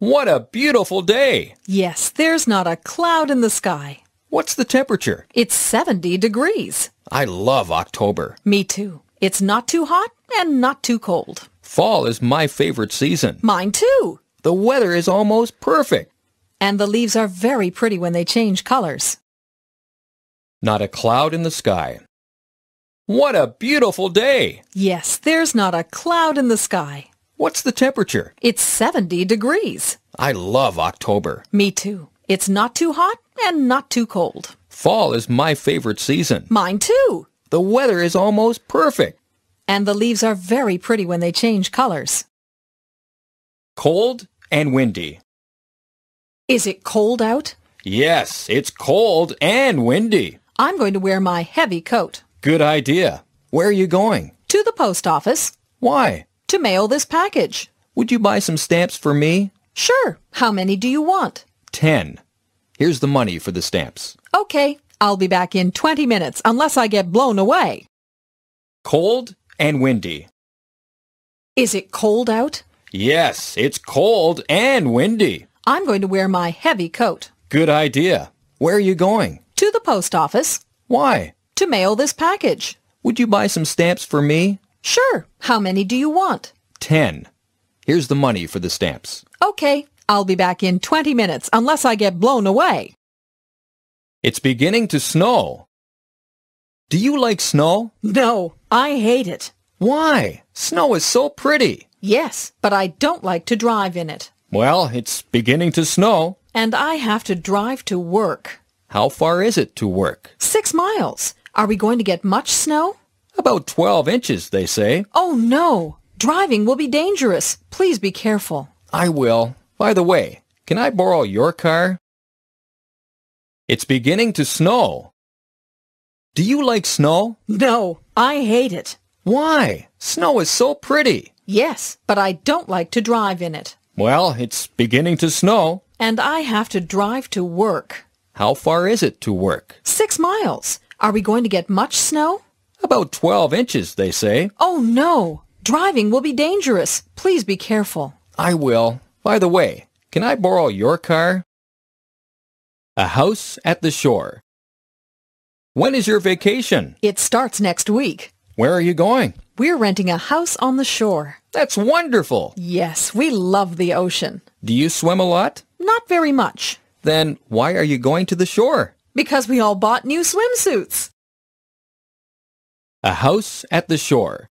S1: What a beautiful day.
S2: Yes, there's not a cloud in the sky.
S1: What's the temperature?
S2: It's 70 degrees.
S1: I love October.
S2: Me too. It's not too hot and not too cold.
S1: Fall is my favorite season.
S2: Mine too.
S1: The weather is almost perfect.
S2: And the leaves are very pretty when they change colors.
S1: Not a cloud in the sky. What a beautiful day.
S2: Yes, there's not a cloud in the sky.
S1: What's the temperature?
S2: It's 70 degrees.
S1: I love October.
S2: Me too. It's not too hot and not too cold.
S1: Fall is my favorite season.
S2: Mine too.
S1: The weather is almost perfect.
S2: And the leaves are very pretty when they change colors.
S1: Cold and windy.
S2: Is it cold out?
S1: Yes, it's cold and windy.
S2: I'm going to wear my heavy coat.
S1: Good idea. Where are you going?
S2: To the post office.
S1: Why?
S2: To mail this package.
S1: Would you buy some stamps for me?
S2: Sure. How many do you want?
S1: Ten. Here's the money for the stamps.
S2: Okay. I'll be back in 20 minutes unless I get blown away.
S1: Cold and windy.
S2: Is it cold out?
S1: Yes, it's cold and windy.
S2: I'm going to wear my heavy coat.
S1: Good idea. Where are you going?
S2: To the post office.
S1: Why?
S2: To mail this package.
S1: Would you buy some stamps for me?
S2: Sure. How many do you want?
S1: Ten. Here's the money for the stamps.
S2: Okay. I'll be back in 20 minutes unless I get blown away.
S1: It's beginning to snow. Do you like snow?
S2: No, I hate it.
S1: Why? Snow is so pretty.
S2: Yes, but I don't like to drive in it.
S1: Well, it's beginning to snow.
S2: And I have to drive to work.
S1: How far is it to work?
S2: Six miles. Are we going to get much snow?
S1: About 12 inches, they say.
S2: Oh no! Driving will be dangerous. Please be careful.
S1: I will. By the way, can I borrow your car? It's beginning to snow. Do you like snow?
S2: No, I hate it.
S1: Why? Snow is so pretty.
S2: Yes, but I don't like to drive in it.
S1: Well, it's beginning to snow.
S2: And I have to drive to work.
S1: How far is it to work?
S2: Six miles. Are we going to get much snow?
S1: About 12 inches, they say.
S2: Oh no! Driving will be dangerous. Please be careful.
S1: I will. By the way, can I borrow your car? A house at the shore. When is your vacation?
S2: It starts next week.
S1: Where are you going?
S2: We're renting a house on the shore.
S1: That's wonderful.
S2: Yes, we love the ocean.
S1: Do you swim a lot?
S2: Not very much,
S1: Then why are you going to the shore?
S2: because we all bought new swimsuits.
S1: A house at the shore.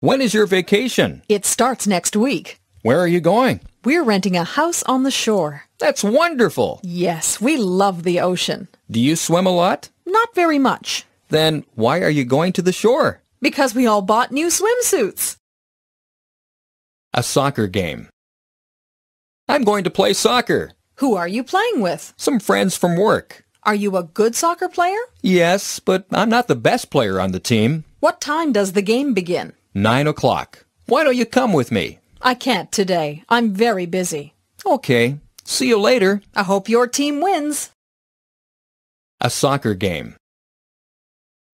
S1: When is your vacation?
S2: It starts next week.
S1: Where are you going?
S2: We're renting a house on the shore.
S1: That's wonderful.
S2: Yes, we love the ocean.
S1: Do you swim a lot?
S2: Not very much,
S1: Then why are you going to the shore?
S2: because we all bought new swimsuits.
S1: A soccer game. I'm going to play soccer.
S2: Who are you playing with?
S1: Some friends from work.
S2: Are you a good soccer player?
S1: Yes, but I'm not the best player on the team.
S2: What time does the game begin?
S1: Nine o'clock. Why don't you come with me?
S2: I can't today. I'm very busy.
S1: Okay. See you later.
S2: I hope your team wins.
S1: A soccer game.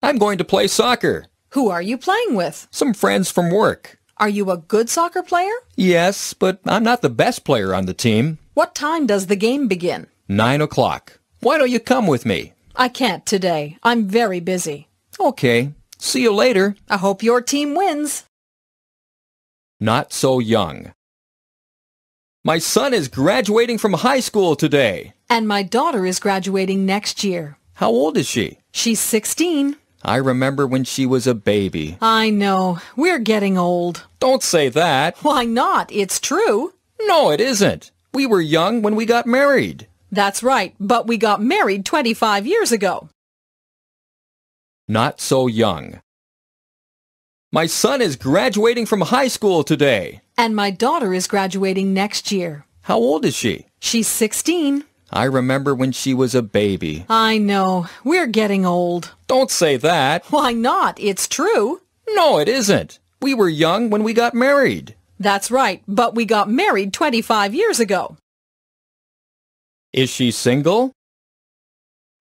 S1: I'm going to play soccer.
S2: Who are you playing with?
S1: Some friends from work.
S2: Are you a good soccer player?
S1: Yes, but I'm not the best player on the team.
S2: What time does the game begin?
S1: Nine o'clock. Why don't you come with me?
S2: I can't today. I'm very busy.
S1: Okay. See you later.
S2: I hope your team wins.
S1: not so young. My son is graduating from high school today.
S2: And my daughter is graduating next year.
S1: How old is she?
S2: She's 16.
S1: I remember when she was a baby.
S2: I know. We're getting old.
S1: Don't say that.
S2: Why not? It's true.
S1: No, it isn't. We were young when we got married.
S2: That's right, but we got married 25 years ago.
S1: Not so young. My son is graduating from high school today.
S2: And my daughter is graduating next year.
S1: How old is she?
S2: She's 16.
S1: I remember when she was a baby.
S2: I know. We're getting old.
S1: Don't say that.
S2: Why not? It's true.
S1: No, it isn't. We were young when we got married.
S2: That's right, but we got married 25 years ago.
S1: Is she single?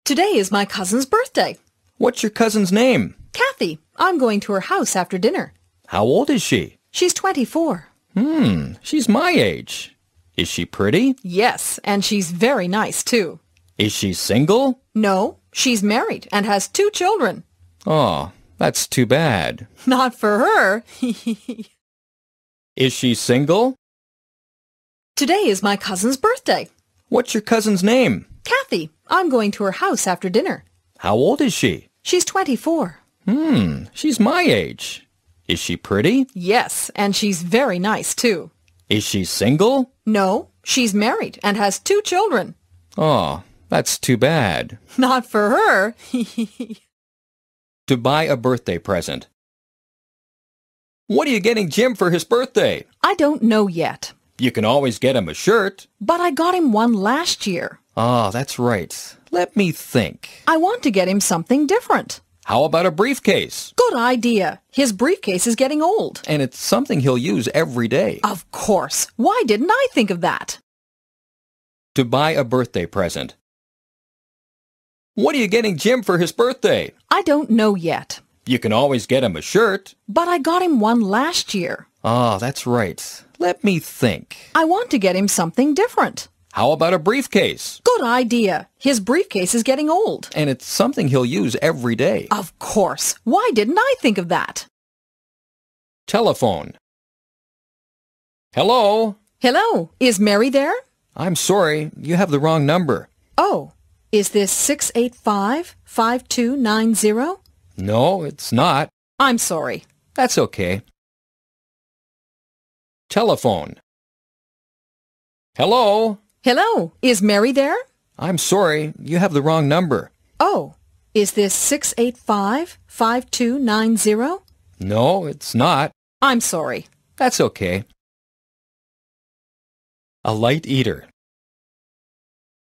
S2: Today is my cousin's birthday.
S1: What's your cousin's name?
S2: Kathy, I'm going to her house after dinner.
S1: How old is she?
S2: She's 24.
S1: Hmm, she's my age. Is she pretty?
S2: Yes, and she's very nice too.
S1: Is she single?
S2: No, she's married and has two children.
S1: Oh, that's too bad.
S2: Not for her. [LAUGHS]
S1: Is she single?
S2: Today is my cousin's birthday.
S1: What's your cousin's name?
S2: Kathy, I'm going to her house after dinner.
S1: How old is she?
S2: She's 24.
S1: Hmm, she's my age. Is she pretty?
S2: Yes, and she's very nice too.
S1: Is she single?
S2: No, she's married and has two children.
S1: Oh, that's too bad.
S2: Not for her. [LAUGHS]
S1: To buy a birthday present. What are you getting Jim for his birthday?
S2: I don't know yet,
S1: You can always get him a shirt.
S2: but I got him one last year.
S1: Ah, that's right. Let me think.
S2: I want to get him something different.
S1: How about a briefcase?
S2: Good idea. His briefcase is getting old.
S1: And it's something he'll use every day.
S2: Of course. Why didn't I think of that?
S1: to buy a birthday present. What are you getting Jim for his birthday?
S2: I don't know yet,
S1: You can always get him a shirt.
S2: but I got him one last year.
S1: Ah, that's right. Let me think.
S2: I want to get him something different.
S1: How about a briefcase?
S2: Good idea. His briefcase is getting old.
S1: And it's something he'll use every day.
S2: Of course. Why didn't I think of that?
S1: Telephone. Hello?
S2: Hello, is Mary there?
S1: I'm sorry, you have the wrong number.
S2: Oh, is this 685-5290?
S1: No, it's not.
S2: I'm sorry.
S1: That's okay. Telephone. Hello?
S2: Hello, is Mary there?
S1: I'm sorry, you have the wrong number.
S2: Oh, is this 685-5290?
S1: No, it's not.
S2: I'm sorry.
S1: That's okay. A light eater.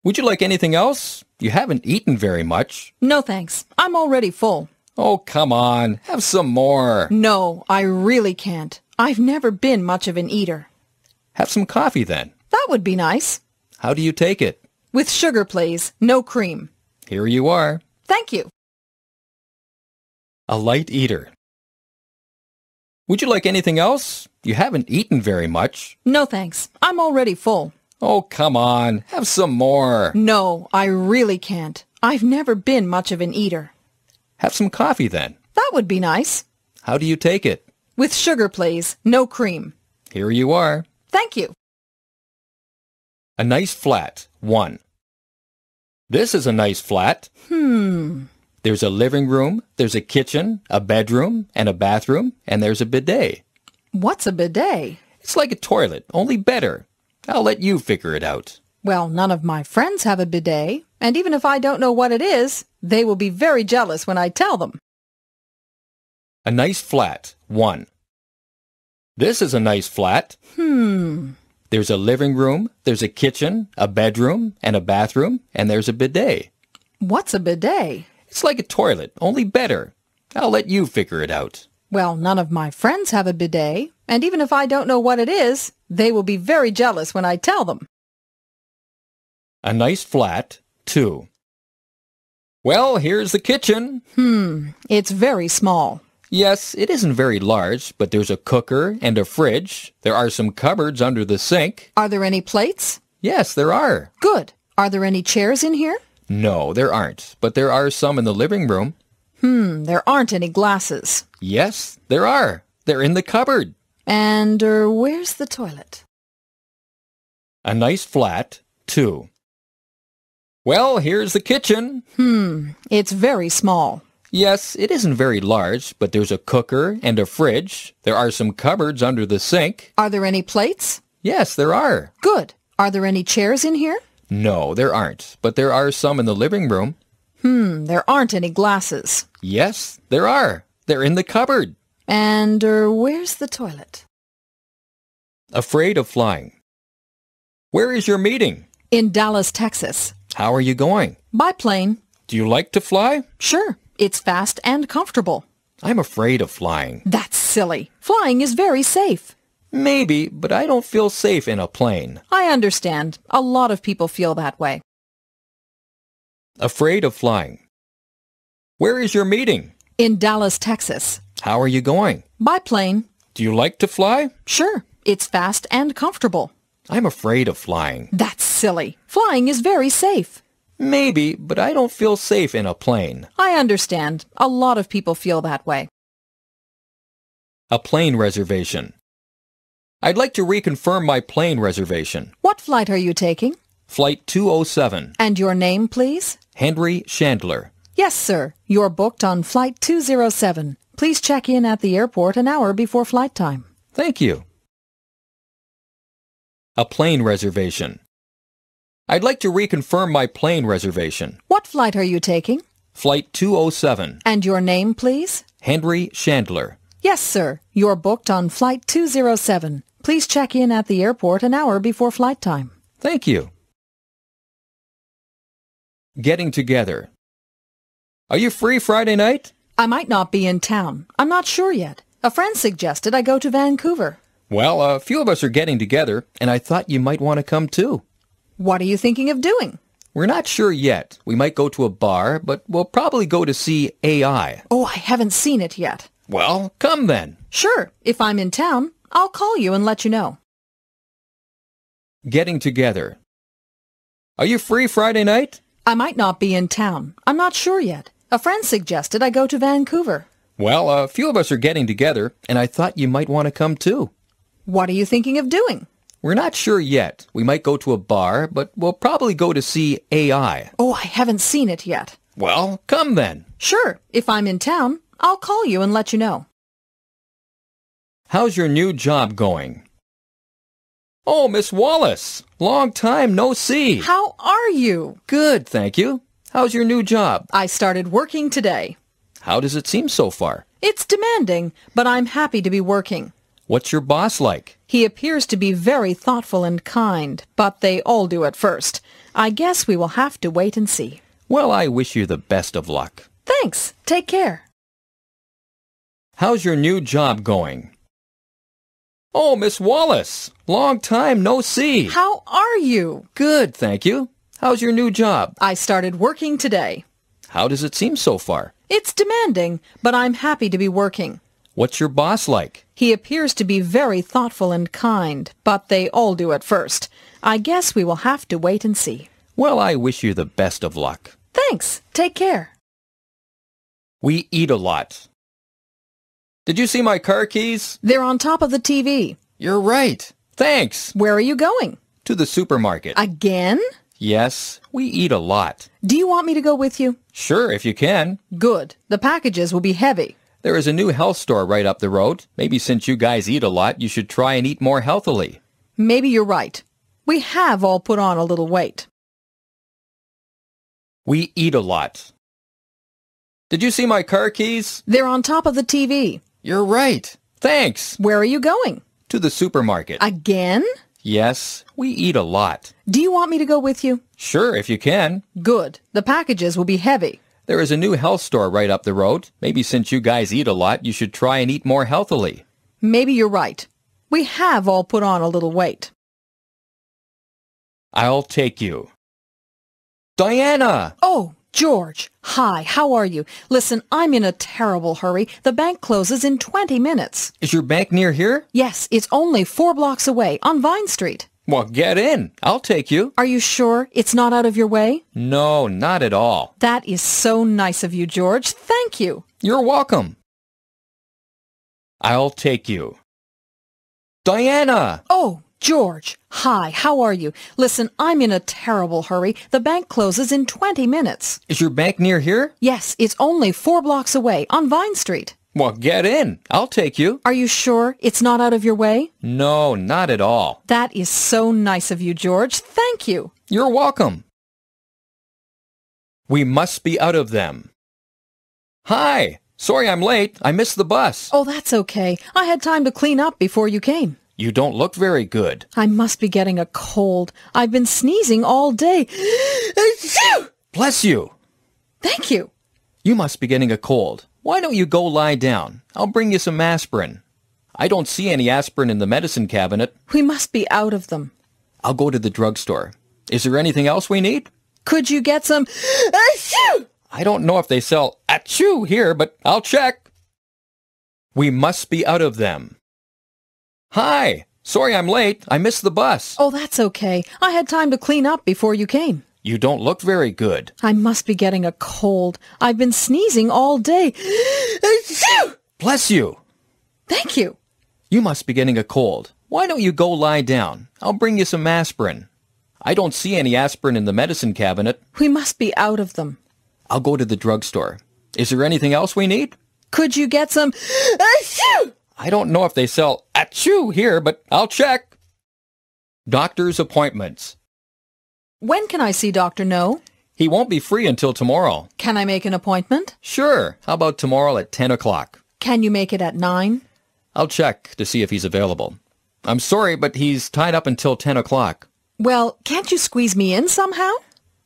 S1: Would you like anything else? You haven't eaten very much.
S2: No thanks. I'm already full.
S1: Oh, come on. Have some more.
S2: No, I really can't. I've never been much of an eater.
S1: Have some coffee then.
S2: That would be nice.
S1: How do you take it?
S2: With sugar, please. No cream.
S1: Here you are.
S2: Thank you.
S1: A light eater. Would you like anything else? You haven't eaten very much.
S2: No thanks. I'm already full.
S1: Oh, come on. Have some more.
S2: No, I really can't. I've never been much of an eater.
S1: Have some coffee then.
S2: That would be nice.
S1: How do you take it?
S2: With sugar, please. No cream.
S1: Here you are.
S2: Thank you.
S1: A nice flat. 1. This is a nice flat.
S2: Hmm.
S1: There's a living room, there's a kitchen, a bedroom, and a bathroom, and there's a bidet.
S2: What's a bidet?
S1: It's like a toilet, only better. I'll let you figure it out.
S2: Well, none of my friends have a bidet, and even if I don't know what it is, they will be very jealous when I tell them.
S1: A nice flat. 1. This is a nice flat.
S2: Hmm.
S1: There's a living room, there's a kitchen, a bedroom, and a bathroom, and there's a bidet.
S2: What's a bidet?
S1: It's like a toilet, only better. I'll let you figure it out.
S2: Well, none of my friends have a bidet, and even if I don't know what it is, they will be very jealous when I tell them.
S1: A nice flat. 2. Well, here's the kitchen.
S2: Hmm. It's very small.
S1: Yes, it isn't very large, but there's a cooker and a fridge. There are some cupboards under the sink.
S2: Are there any plates?
S1: Yes, there are.
S2: Good. Are there any chairs in here?
S1: No, there aren't, but there are some in the living room.
S2: Hmm. There aren't any glasses.
S1: Yes, there are. They're in the cupboard.
S2: And er, where's the toilet?
S1: A nice flat, two. Well, here's the kitchen.
S2: Hmm, it's very small.
S1: Yes, it isn't very large, but there's a cooker and a fridge. There are some cupboards under the sink.
S2: Are there any plates?
S1: Yes, there are.
S2: Good. Are there any chairs in here?
S1: No, there aren't, but there are some in the living room.
S2: Hmm, there aren't any glasses.
S1: Yes, there are. They're in the cupboard.
S2: And er, where's the toilet?
S1: Afraid of flying. Where is your meeting?
S2: In Dallas, Texas.
S1: How are you going?
S2: By plane.
S1: Do you like to fly?
S2: Sure, it's fast and comfortable.
S1: I'm afraid of flying.
S2: That's silly. Flying is very safe.
S1: Maybe, but I don't feel safe in a plane.
S2: I understand. A lot of people feel that way.
S1: Afraid of flying. Where is your meeting?
S2: In Dallas, Texas.
S1: How are you going?
S2: By plane.
S1: Do you like to fly?
S2: Sure, it's fast and comfortable.
S1: I'm afraid of flying.
S2: That's silly. Flying is very safe.
S1: Maybe, but I don't feel safe in a plane.
S2: I understand. A lot of people feel that way.
S1: A plane reservation. I'd like to reconfirm my plane reservation.
S2: What flight are you taking?
S1: Flight 207.
S2: And your name, please?
S1: Henry Chandler.
S2: Yes, sir. You're booked on Flight 207. Please check in at the airport an hour before flight time.
S1: Thank you. A plane reservation. I'd like to reconfirm my plane reservation.
S2: What flight are you taking?
S1: Flight 207.
S2: And your name, please?
S1: Henry Chandler.
S2: Yes, sir. You're booked on Flight 207. Please check in at the airport an hour before flight time.
S1: Thank you. Getting together. Are you free Friday night?
S2: I might not be in town. I'm not sure yet. A friend suggested I go to Vancouver.
S1: Well, a few of us are getting together, and I thought you might want to come too.
S2: What are you thinking of doing?
S1: We're not sure yet. We might go to a bar, but we'll probably go to see AI.
S2: Oh, I haven't seen it yet.
S1: Well, come then.
S2: Sure, if I'm in town, I'll call you and let you know.
S1: Getting together. Are you free Friday night?
S2: I might not be in town. I'm not sure yet. A friend suggested I go to Vancouver.
S1: Well, a few of us are getting together, and I thought you might want to come too.
S2: What are you thinking of doing?
S1: We're not sure yet. We might go to a bar, but we'll probably go to see AI.
S2: Oh, I haven't seen it yet.
S1: Well, come then.
S2: Sure, if I'm in town, I'll call you and let you know.
S1: How's your new job going? Oh, Miss Wallace. Long time no see.
S2: How are you?
S1: Good, thank you. How's your new job?
S2: I started working today.
S1: How does it seem so far?
S2: It's demanding, but I'm happy to be working.
S1: What's your boss like?
S2: He appears to be very thoughtful and kind, but they all do at first. I guess we will have to wait and see.
S1: Well, I wish you the best of luck.
S2: Thanks. Take care.
S1: How's your new job going? Oh, Miss Wallace. Long time no see.
S2: How are you?
S1: Good, thank you. How's your new job?
S2: I started working today.
S1: How does it seem so far?
S2: It's demanding, but I'm happy to be working.
S1: What's your boss like?
S2: He appears to be very thoughtful and kind, but they all do at first. I guess we will have to wait and see.
S1: Well, I wish you the best of luck.
S2: Thanks. Take care.
S1: We eat a lot. Did you see my car keys?
S2: They're on top of the TV.
S1: You're right. Thanks.
S2: Where are you going?
S1: To the supermarket.
S2: Again?
S1: Yes, we eat a lot.
S2: Do you want me to go with you?
S1: Sure, if you can.
S2: Good. The packages will be heavy.
S1: There is a new health store right up the road. Maybe since you guys eat a lot, you should try and eat more healthily.
S2: Maybe you're right. We have all put on a little weight.
S1: We eat a lot. Did you see my car keys?
S2: They're on top of the TV.
S1: You're right. Thanks.
S2: Where are you going?
S1: To the supermarket.
S2: Again?
S1: Yes, we eat a lot.
S2: Do you want me to go with you?
S1: Sure, if you can.
S2: Good. The packages will be heavy.
S1: There is a new health store right up the road. Maybe since you guys eat a lot, you should try and eat more healthily.
S2: Maybe you're right. We have all put on a little weight.
S1: I'll take you. Diana!
S2: Oh, George. Hi, how are you? Listen, I'm in a terrible hurry. The bank closes in 20 minutes.
S1: Is your bank near here?
S2: Yes, it's only four blocks away on Vine Street.
S1: Well, get in. I'll take you.
S2: Are you sure it's not out of your way?
S1: No, not at all.
S2: That is so nice of you, George. Thank you.
S1: You're welcome. I'll take you. Diana!
S2: Oh, George. Hi, how are you? Listen, I'm in a terrible hurry. The bank closes in 20 minutes.
S1: Is your bank near here?
S2: Yes, it's only four blocks away on Vine Street.
S1: Well, get in. I'll take you.
S2: Are you sure it's not out of your way?
S1: No, not at all.
S2: That is so nice of you, George. Thank you.
S1: You're welcome. We must be out of them. Hi! Sorry I'm late. I missed the bus.
S2: Oh, that's okay. I had time to clean up before you came.
S1: You don't look very good.
S2: I must be getting a cold. I've been sneezing all day. [GASPS] Achoo!
S1: Bless you.
S2: Thank you.
S1: You must be getting a cold. Why don't you go lie down? I'll bring you some aspirin. I don't see any aspirin in the medicine cabinet.
S2: We must be out of them.
S1: I'll go to the drugstore. Is there anything else we need?
S2: Could you get some? Achoo!
S1: I don't know if they sell achoo here, but I'll check. We must be out of them. Hi! Sorry I'm late. I missed the bus.
S2: Oh, that's okay. I had time to clean up before you came.
S1: You don't look very good.
S2: I must be getting a cold. I've been sneezing all day. Achoo!
S1: Bless you.
S2: Thank you.
S1: You must be getting a cold. Why don't you go lie down? I'll bring you some aspirin. I don't see any aspirin in the medicine cabinet.
S2: We must be out of them.
S1: I'll go to the drugstore. Is there anything else we need?
S2: Could you get some? Achoo!
S1: I don't know if they sell achoo here, but I'll check. Doctor's appointments.
S2: When can I see Dr. No?
S1: He won't be free until tomorrow.
S2: Can I make an appointment?
S1: Sure. How about tomorrow at 10 o'clock?
S2: Can you make it at 9?
S1: I'll check to see if he's available. I'm sorry, but he's tied up until 10 o'clock.
S2: Well, can't you squeeze me in somehow?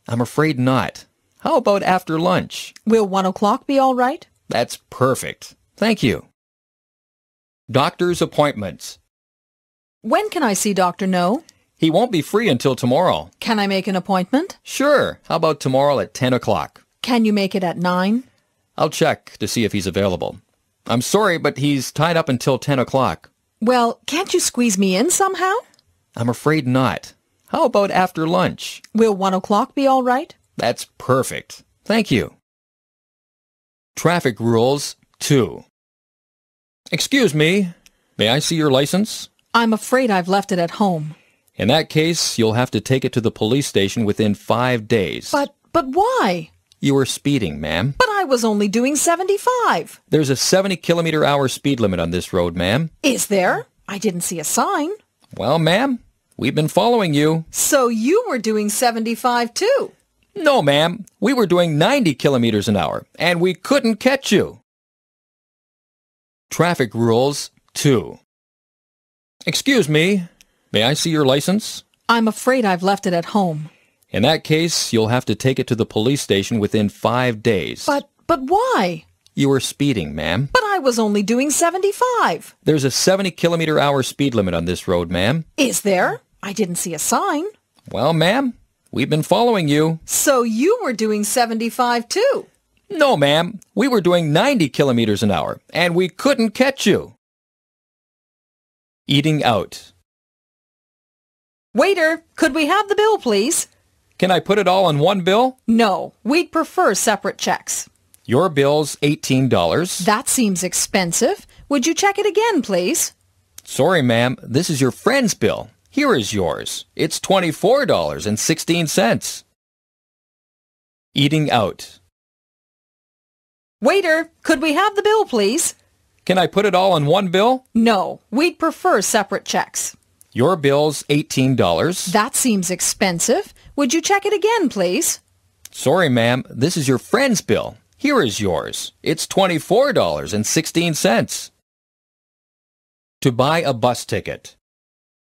S1: I'm afraid not. How about after lunch?
S2: Will 1 o'clock be all right?
S1: That's perfect. Thank you. Doctor's appointments.
S2: When can I see Dr. No?
S1: He won't be free until tomorrow.
S2: Can I make an appointment?
S1: Sure. How about tomorrow at 10 o'clock?
S2: Can you make it at 9?
S1: I'll check to see if he's available. I'm sorry, but he's tied up until 10 o'clock.
S2: Well, can't you squeeze me in somehow?
S1: I'm afraid not. How about after lunch?
S2: Will 1 o'clock be all right?
S1: That's perfect. Thank you. Traffic Rules 2 Excuse me, may I see your license?
S2: I'm afraid I've left it at home.
S1: In that case, you'll have to take it to the police station within five days.
S2: But, but why?
S1: You were speeding, ma'am.
S2: But I was only doing 75.
S1: There's a 70 kilometer hour speed limit on this road, ma'am.
S2: Is there? I didn't see a sign.
S1: Well, ma'am, we've been following you.
S2: So you were doing 75 too.
S1: No, ma'am. We were doing 90 kilometers an hour, and we couldn't catch you. Traffic Rules 2 Excuse me, may I see your license?
S2: I'm afraid I've left it at home.
S1: In that case, you'll have to take it to the police station within five days.
S2: But, but why?
S1: You were speeding, ma'am.
S2: But I was only doing 75.
S1: There's a 70 kilometer hour speed limit on this road, ma'am.
S2: Is there? I didn't see a sign.
S1: Well, ma'am, we've been following you.
S2: So you were doing 75 too.
S1: No, ma'am. We were doing 90 kilometers an hour, and we couldn't catch you. Eating out.
S2: Waiter, could we have the bill, please?
S1: Can I put it all on one bill?
S2: No, we'd prefer separate checks.
S1: Your bill's $18.
S2: That seems expensive. Would you check it again, please?
S1: Sorry, ma'am. This is your friend's bill. Here is yours. It's $24.16. Eating out.
S2: Waiter, could we have the bill, please?
S1: Can I put it all on one bill?
S2: No, we'd prefer separate checks.
S1: Your bill's $18.
S2: That seems expensive. Would you check it again, please?
S1: Sorry, ma'am. This is your friend's bill. Here is yours. It's $24.16. To buy a bus ticket.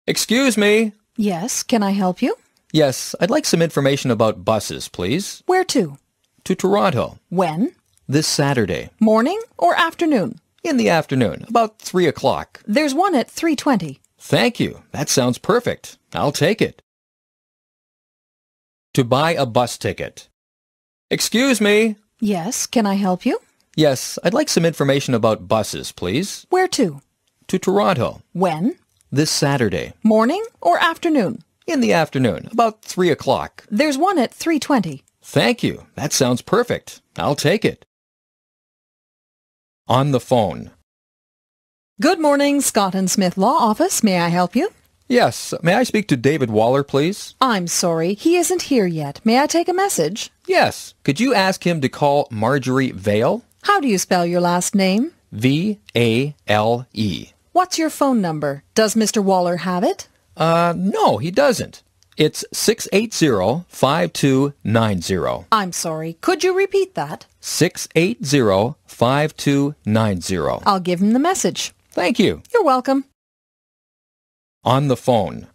S1: Excuse me.
S2: Yes, can I help you?
S1: Yes, I'd like some information about buses, please.
S2: Where to?
S1: To Toronto.
S2: When?
S1: This Saturday.
S2: Morning or afternoon?
S1: In the afternoon, about 3 o'clock.
S2: There's one at 3.20.
S1: Thank you. That sounds perfect. I'll take it. To buy a bus ticket. Excuse me.
S2: Yes, can I help you?
S1: Yes, I'd like some information about buses, please.
S2: Where to?
S1: To Toronto.
S2: When?
S1: This Saturday.
S2: Morning or afternoon?
S1: In the afternoon, about 3 o'clock.
S2: There's one at 3.20.
S1: Thank you. That sounds perfect. I'll take it. On the phone.
S2: Good morning, Scott and Smith Law Office. May I help you?
S1: Yes, may I speak to David Waller, please?
S2: I'm sorry, he isn't here yet. May I take a message?
S1: Yes. Could you ask him to call Marjorie Vale?
S2: How do you spell your last name?
S1: V-A-L-E.
S2: What's your phone number? Does Mr. Waller have it?
S1: Uh, no, he doesn't. It's 680-5290.
S2: I'm sorry, could you repeat that?
S1: 680-5290.
S2: I'll give him the message.
S1: Thank you.
S2: You're welcome.
S1: On the phone.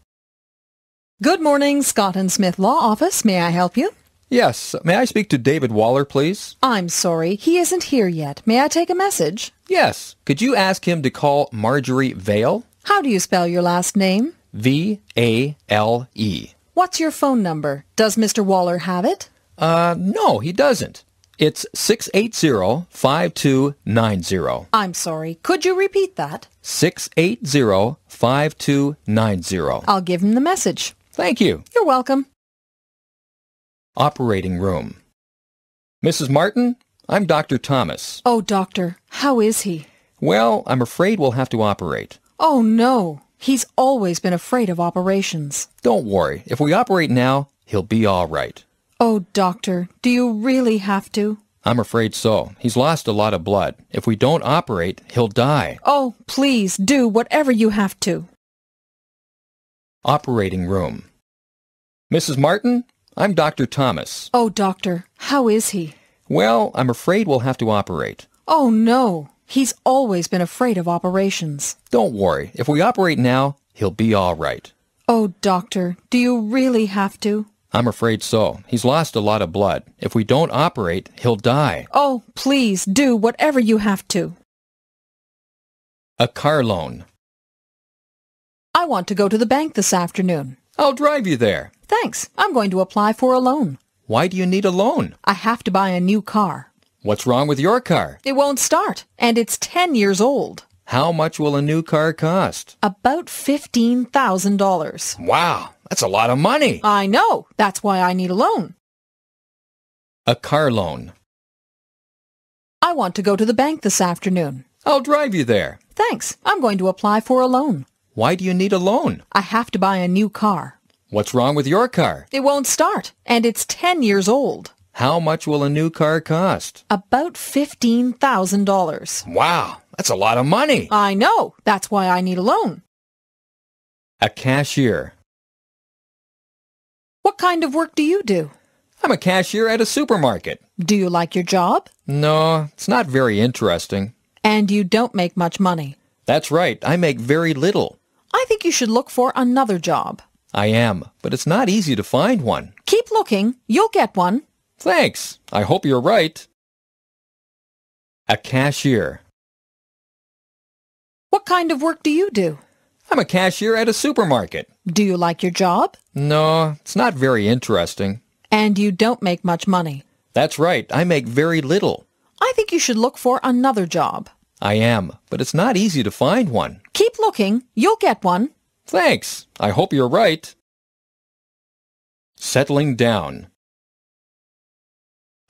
S2: Good morning, Scott and Smith Law Office. May I help you?
S1: Yes, may I speak to David Waller, please?
S2: I'm sorry, he isn't here yet. May I take a message?
S1: Yes. Could you ask him to call Marjorie Vale?
S2: How do you spell your last name?
S1: V-A-L-E.
S2: What's your phone number? Does Mr. Waller have it?
S1: Uh, no, he doesn't. It's 680-5290.
S2: I'm sorry, could you repeat that?
S1: 680-5290.
S2: I'll give him the message.
S1: Thank you.
S2: You're welcome.
S1: Operating room. Mrs. Martin, I'm Dr. Thomas.
S2: Oh, doctor, how is he?
S1: Well, I'm afraid we'll have to operate.
S2: Oh, no. He's always been afraid of operations.
S1: Don't worry. If we operate now, he'll be all right.
S2: Oh, doctor, do you really have to?
S1: I'm afraid so. He's lost a lot of blood. If we don't operate, he'll die.
S2: Oh, please do whatever you have to.
S1: Operating room. Mrs. Martin, I'm Dr. Thomas.
S2: Oh, doctor, how is he?
S1: Well, I'm afraid we'll have to operate.
S2: Oh, no. He's always been afraid of operations.
S1: Don't worry. If we operate now, he'll be all right.
S2: Oh, doctor, do you really have to?
S1: I'm afraid so. He's lost a lot of blood. If we don't operate, he'll die.
S2: Oh, please do whatever you have to.
S1: A car loan.
S2: I want to go to the bank this afternoon.
S1: I'll drive you there.
S2: Thanks. I'm going to apply for a loan.
S1: Why do you need a loan?
S2: I have to buy a new car.
S1: What's wrong with your car?
S2: It won't start, and it's 10 years old.
S1: How much will a new car cost?
S2: About $15,000.
S1: Wow, that's a lot of money.
S2: I know. That's why I need a loan.
S1: A car loan.
S2: I want to go to the bank this afternoon.
S1: I'll drive you there.
S2: Thanks. I'm going to apply for a loan.
S1: Why do you need a loan?
S2: I have to buy a new car.
S1: What's wrong with your car?
S2: It won't start, and it's 10 years old.
S1: How much will a new car cost?
S2: About $15,000.
S1: Wow, that's a lot of money.
S2: I know. That's why I need a loan.
S1: A cashier.
S2: What kind of work do you do?
S1: I'm a cashier at a supermarket.
S2: Do you like your job?
S1: No, it's not very interesting.
S2: And you don't make much money.
S1: That's right, I make very little.
S2: I think you should look for another job.
S1: I am, but it's not easy to find one.
S2: Keep looking. You'll get one.
S1: Thanks. I hope you're right. A cashier.
S2: What kind of work do you do?
S1: I'm a cashier at a supermarket.
S2: Do you like your job?
S1: No, it's not very interesting.
S2: And you don't make much money.
S1: That's right, I make very little.
S2: I think you should look for another job.
S1: I am, but it's not easy to find one.
S2: Keep looking. You'll get one.
S1: Thanks. I hope you're right. Settling down.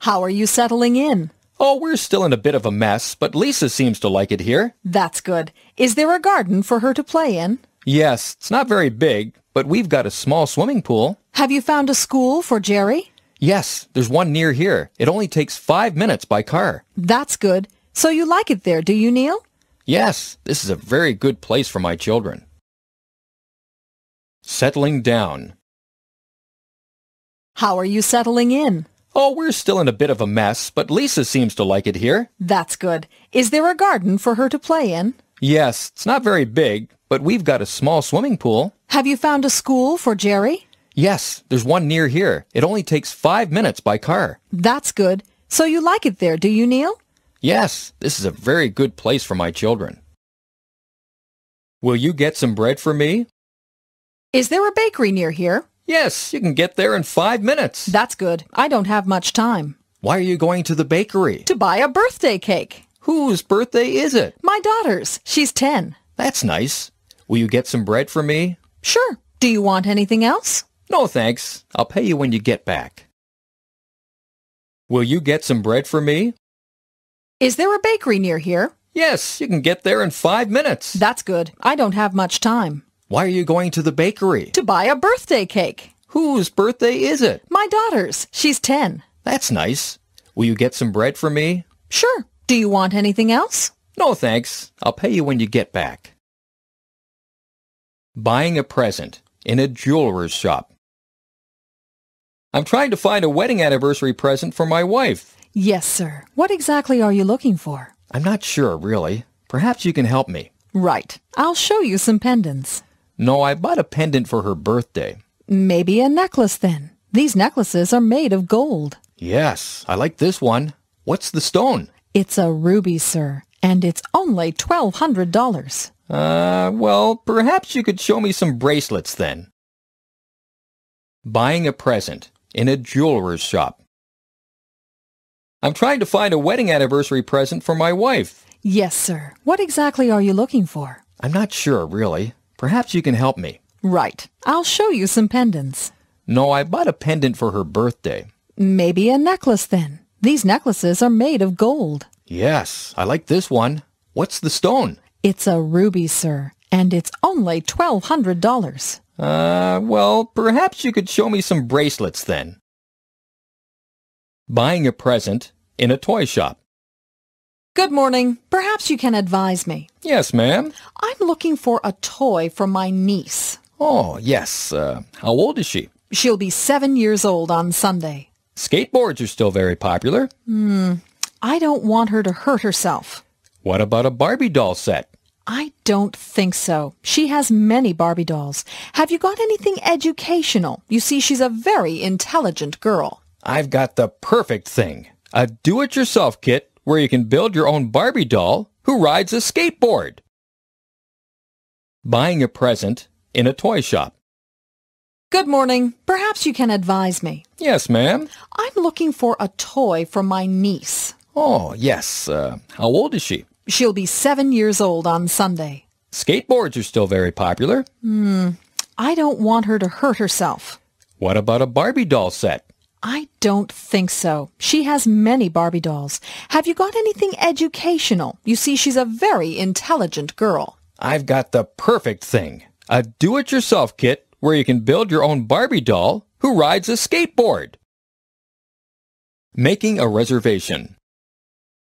S2: How are you settling in?
S1: Oh, we're still in a bit of a mess, but Lisa seems to like it here.
S2: That's good. Is there a garden for her to play in?
S1: Yes, it's not very big, but we've got a small swimming pool.
S2: Have you found a school for Jerry?
S1: Yes, there's one near here. It only takes five minutes by car.
S2: That's good. So you like it there, do you, Neil?
S1: Yes, this is a very good place for my children. Settling down.
S2: How are you settling in?
S1: Oh, we're still in a bit of a mess, but Lisa seems to like it here.
S2: That's good. Is there a garden for her to play in?
S1: Yes, it's not very big, but we've got a small swimming pool.
S2: Have you found a school for Jerry?
S1: Yes, there's one near here. It only takes five minutes by car.
S2: That's good. So you like it there, do you, Neil?
S1: Yes, this is a very good place for my children. Will you get some bread for me?
S2: Is there a bakery near here?
S1: Yes, you can get there in five minutes.
S2: That's good. I don't have much time.
S1: Why are you going to the bakery?
S2: To buy a birthday cake.
S1: Whose birthday is it?
S2: My daughter's. She's 10.
S1: That's nice. Will you get some bread for me?
S2: Sure. Do you want anything else?
S1: No, thanks. I'll pay you when you get back. Will you get some bread for me?
S2: Is there a bakery near here?
S1: Yes, you can get there in five minutes.
S2: That's good. I don't have much time.
S1: Why are you going to the bakery?
S2: To buy a birthday cake.
S1: Whose birthday is it?
S2: My daughter's. She's 10.
S1: That's nice. Will you get some bread for me?
S2: Sure. Do you want anything else?
S1: No, thanks. I'll pay you when you get back. Buying a present in a jeweler's shop. I'm trying to find a wedding anniversary present for my wife.
S2: Yes, sir. What exactly are you looking for?
S1: I'm not sure, really. Perhaps you can help me.
S2: Right. I'll show you some pendants.
S1: No, I bought a pendant for her birthday.
S2: Maybe a necklace then. These necklaces are made of gold.
S1: Yes, I like this one. What's the stone?
S2: It's a ruby, sir, and it's only $1,200.
S1: Uh, well, perhaps you could show me some bracelets then. Buying a present in a jeweler's shop. I'm trying to find a wedding anniversary present for my wife.
S2: Yes, sir. What exactly are you looking for?
S1: I'm not sure, really. Perhaps you can help me.
S2: Right. I'll show you some pendants.
S1: No, I bought a pendant for her birthday.
S2: Maybe a necklace then. These necklaces are made of gold.
S1: Yes, I like this one. What's the stone?
S2: It's a ruby, sir, and it's only $1,200.
S1: Uh, well, perhaps you could show me some bracelets then. Buying a present in a toy shop.
S2: Good morning. Perhaps you can advise me.
S1: Yes, ma'am.
S2: I'm looking for a toy for my niece.
S1: Oh, yes. Uh, how old is she?
S2: She'll be seven years old on Sunday.
S1: Skateboards are still very popular.
S2: I don't want her to hurt herself.
S1: What about a Barbie doll set?
S2: I don't think so. She has many Barbie dolls. Have you got anything educational? You see, she's a very intelligent girl.
S1: I've got the perfect thing. A do-it-yourself kit where you can build your own Barbie doll who rides a skateboard. Buying a present in a toy shop.
S2: Good morning. Perhaps you can advise me.
S1: Yes, ma'am.
S2: I'm looking for a toy for my niece.
S1: Oh, yes. Uh, how old is she?
S2: She'll be seven years old on Sunday.
S1: Skateboards are still very popular.
S2: I don't want her to hurt herself.
S1: What about a Barbie doll set?
S2: I don't think so. She has many Barbie dolls. Have you got anything educational? You see, she's a very intelligent girl.
S1: I've got the perfect thing. A do-it-yourself kit where you can build your own Barbie doll who rides a skateboard. Making a reservation.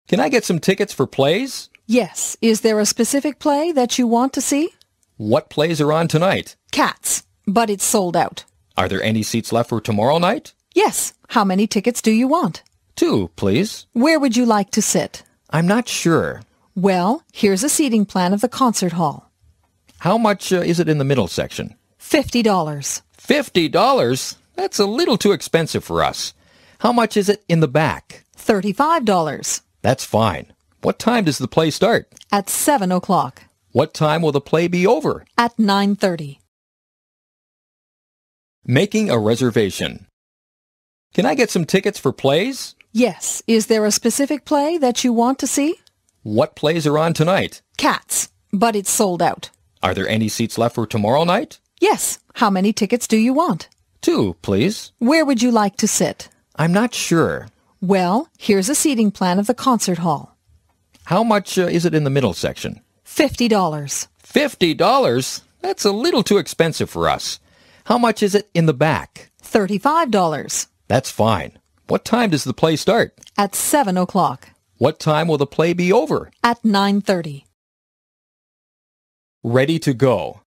S1: Can I get some tickets for plays?
S2: Yes. Is there a specific play that you want to see?
S1: What plays are on tonight?
S2: Cats. But it's sold out.
S1: Are there any seats left for tomorrow night?
S2: Yes. How many tickets do you want?
S1: Two, please.
S2: Where would you like to sit?
S1: I'm not sure.
S2: Well, here's a seating plan of the concert hall.
S1: How much uh, is it in the middle section?
S2: $50.
S1: $50? That's a little too expensive for us. How much is it in the back?
S2: $35.
S1: That's fine. What time does the play start?
S2: At 7 o'clock.
S1: What time will the play be over?
S2: At 9.30.
S1: Making a reservation. Can I get some tickets for plays?
S2: Yes. Is there a specific play that you want to see?
S1: What plays are on tonight?
S2: Cats. But it's sold out.
S1: Are there any seats left for tomorrow night?
S2: Yes. How many tickets do you want?
S1: Two, please.
S2: Where would you like to sit?
S1: I'm not sure.
S2: Well, here's a seating plan of the concert hall.
S1: How much uh, is it in the middle section?
S2: $50.
S1: $50? That's a little too expensive for us. How much is it in the back?
S2: $35.
S1: That's fine. What time does the play start?
S2: At 7 o'clock.
S1: What time will the play be over?
S2: At 9.30.
S1: Ready to go.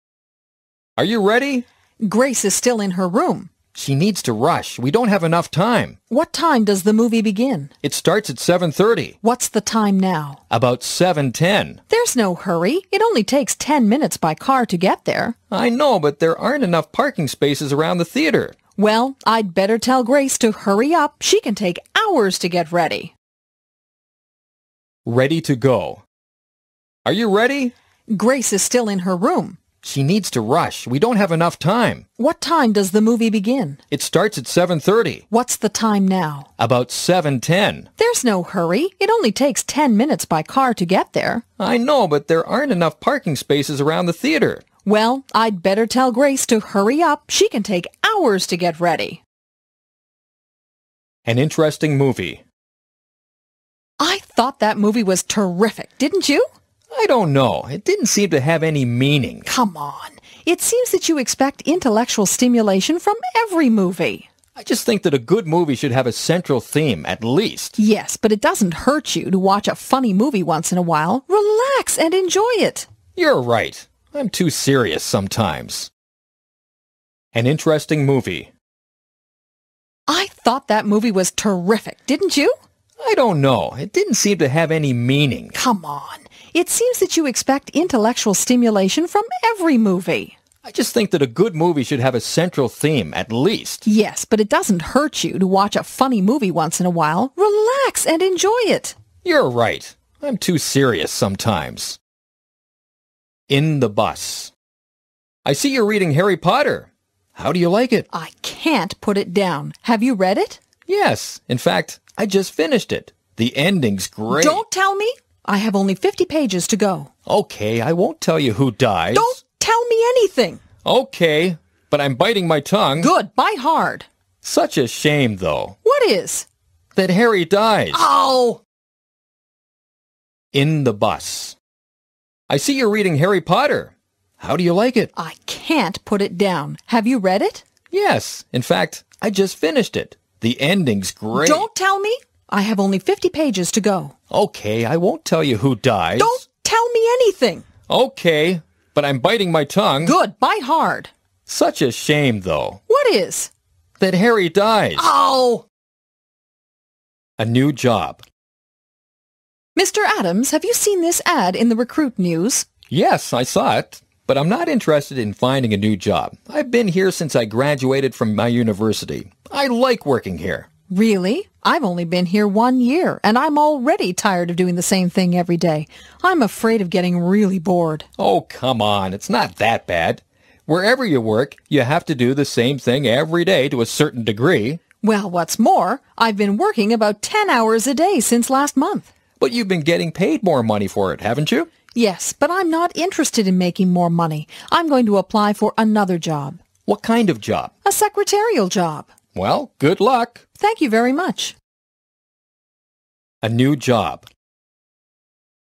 S1: Are you ready?
S2: Grace is still in her room.
S1: She needs to rush. We don't have enough time.
S2: What time does the movie begin?
S1: It starts at 7.30.
S2: What's the time now?
S1: About 7.10.
S2: There's no hurry. It only takes 10 minutes by car to get there.
S1: I know, but there aren't enough parking spaces around the theater.
S2: Well, I'd better tell Grace to hurry up. She can take hours to get ready.
S1: Ready to go. Are you ready?
S2: Grace is still in her room.
S1: She needs to rush. We don't have enough time.
S2: What time does the movie begin?
S1: It starts at 7.30.
S2: What's the time now?
S1: About 7.10.
S2: There's no hurry. It only takes 10 minutes by car to get there.
S1: I know, but there aren't enough parking spaces around the theater.
S2: Well, I'd better tell Grace to hurry up. She can take hours to get ready.
S1: An interesting movie.
S2: I thought that movie was terrific, didn't you?
S1: I don't know. It didn't seem to have any meaning.
S2: Come on. It seems that you expect intellectual stimulation from every movie.
S1: I just think that a good movie should have a central theme, at least.
S2: Yes, but it doesn't hurt you to watch a funny movie once in a while. Relax and enjoy it.
S1: You're right. I'm too serious sometimes. An interesting movie.
S2: I thought that movie was terrific, didn't you?
S1: I don't know. It didn't seem to have any meaning.
S2: Come on. It seems that you expect intellectual stimulation from every movie.
S1: I just think that a good movie should have a central theme, at least.
S2: Yes, but it doesn't hurt you to watch a funny movie once in a while. Relax and enjoy it.
S1: You're right. I'm too serious sometimes. In the bus. I see you're reading Harry Potter. How do you like it?
S2: I can't put it down. Have you read it?
S1: Yes. In fact, I just finished it. The ending's great.
S2: Don't tell me. I have only 50 pages to go.
S1: Okay, I won't tell you who dies.
S2: Don't tell me anything.
S1: Okay, but I'm biting my tongue.
S2: Good, bite hard.
S1: Such a shame, though,
S2: What is?
S1: that Harry dies.
S2: Oh!
S1: In the bus. I see you're reading Harry Potter. How do you like it?
S2: I can't put it down. Have you read it?
S1: Yes. In fact, I just finished it. The ending's great.
S2: Don't tell me. I have only 50 pages to go.
S1: Okay, I won't tell you who dies.
S2: Don't tell me anything.
S1: Okay, but I'm biting my tongue.
S2: Good, bite hard.
S1: Such a shame, though,
S2: What is?
S1: that Harry dies.
S2: Oh!
S1: A new job.
S2: Mr. Adams, have you seen this ad in the Recruit News?
S1: Yes, I saw it, but I'm not interested in finding a new job. I've been here since I graduated from my university. I like working here.
S2: Really? I've only been here one year, and I'm already tired of doing the same thing every day. I'm afraid of getting really bored.
S1: Oh, come on, it's not that bad. Wherever you work, you have to do the same thing every day to a certain degree,
S2: Well, what's more, I've been working about 10 hours a day since last month.
S1: but you've been getting paid more money for it, haven't you?
S2: Yes, but I'm not interested in making more money. I'm going to apply for another job,
S1: What kind of job?
S2: a secretarial job.
S1: Well, good luck.
S2: Thank you very much.
S1: A new job.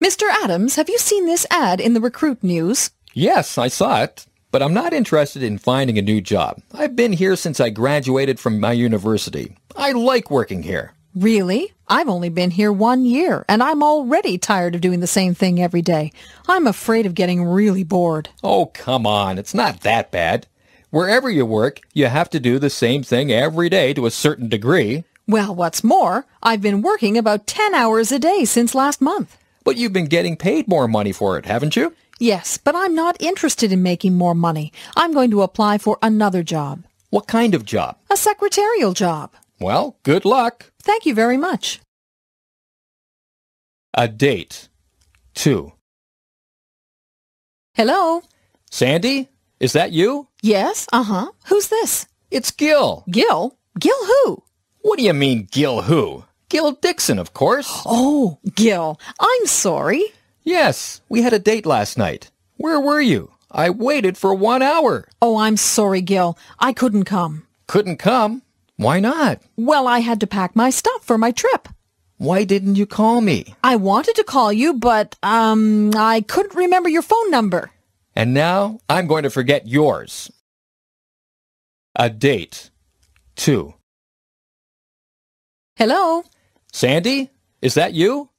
S2: Mr. Adams, have you seen this ad in the Recruit News?
S1: Yes, I saw it, but I'm not interested in finding a new job. I've been here since I graduated from my university. I like working here.
S2: Really? I've only been here one year, and I'm already tired of doing the same thing every day. I'm afraid of getting really bored.
S1: Oh, come on. It's not that bad. Wherever you work, you have to do the same thing every day to a certain degree,
S2: Well, what's more, I've been working about 10 hours a day since last month.
S1: but you've been getting paid more money for it, haven't you?
S2: Yes, but I'm not interested in making more money. I'm going to apply for another job,
S1: What kind of job?
S2: a secretarial job.
S1: Well, good luck.
S2: Thank you very much.
S1: A date. 2.
S2: Hello?
S1: Sandy, is that you?
S2: Yes, uh-huh. Who's this?
S1: It's Gil.
S2: Gil? Gil who?
S1: What do you mean, Gil who? Gil Dixon, of course.
S2: Oh, Gil, I'm sorry.
S1: Yes, we had a date last night. Where were you? I waited for one hour.
S2: Oh, I'm sorry, Gil. I couldn't come.
S1: Couldn't come. Why not?
S2: Well, I had to pack my stuff for my trip.
S1: Why didn't you call me?
S2: I wanted to call you, but, um, I couldn't remember your phone number.
S1: And now I'm going to forget yours. A date. Two.
S2: Hello?
S1: Sandy, is that you?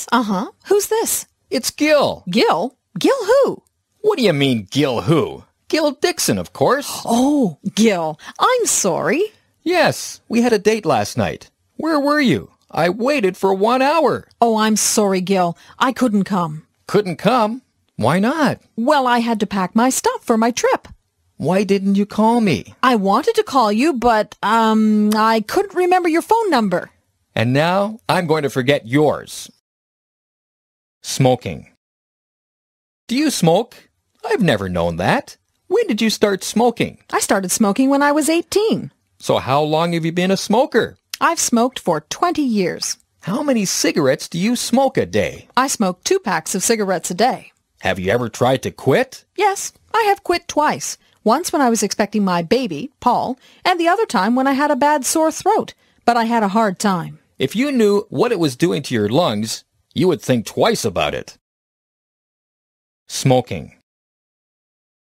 S2: Yes, uh-huh. Who's this?
S1: It's Gil.
S2: Gil? Gil who?
S1: What do you mean, Gil who? Gil Dixon, of course.
S2: Oh, Gil, I'm sorry.
S1: Yes, we had a date last night. Where were you? I waited for one hour.
S2: Oh, I'm sorry, Gil. I couldn't come.
S1: Couldn't come. Why not?
S2: Well, I had to pack my stuff for my trip.
S1: Why didn't you call me?
S2: I wanted to call you, but, um, I couldn't remember your phone number.
S1: And now I'm going to forget yours. Smoking. Do you smoke? I've never known that. When did you start smoking?
S2: I started smoking when I was 18.
S1: So how long have you been a smoker?
S2: I've smoked for 20 years.
S1: How many cigarettes do you smoke a day?
S2: I smoke two packs of cigarettes a day.
S1: Have you ever tried to quit?
S2: Yes, I have quit twice. Once when I was expecting my baby, Paul, and the other time when I had a bad sore throat. But I had a hard time.
S1: If you knew what it was doing to your lungs, you would think twice about it. Smoking.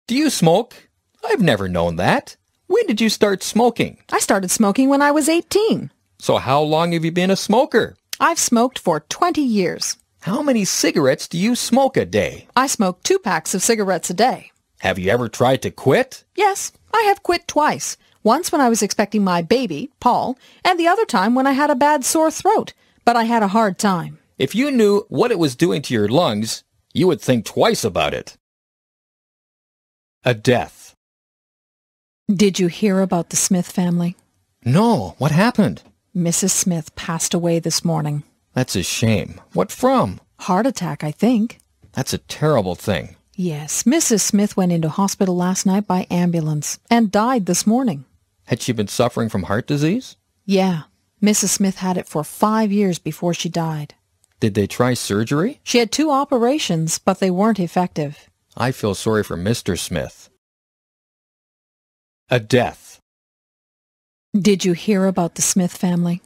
S1: Do you smoke? I've never known that. When did you start smoking?
S2: I started smoking when I was 18.
S1: So how long have you been a smoker?
S2: I've smoked for 20 years.
S1: How many cigarettes do you smoke a day?
S2: I smoke two packs of cigarettes a day.
S1: Have you ever tried to quit?
S2: Yes, I have quit twice. Once when I was expecting my baby, Paul, and the other time when I had a bad sore throat. But I had a hard time.
S1: If you knew what it was doing to your lungs, you would think twice about it. A death.
S2: Did you hear about the Smith family?
S1: No, what happened?
S2: Mrs. Smith passed away this morning.
S1: That's a shame. What from?
S2: Heart attack, I think.
S1: That's a terrible thing.
S2: Yes, Mrs. Smith went into hospital last night by ambulance and died this morning.
S1: Had she been suffering from heart disease?
S2: Yeah, Mrs. Smith had it for five years before she died.
S1: Did they try surgery?
S2: She had two operations, but they weren't effective.
S1: I feel sorry for Mr. Smith. A death.
S2: Did you hear about the Smith family?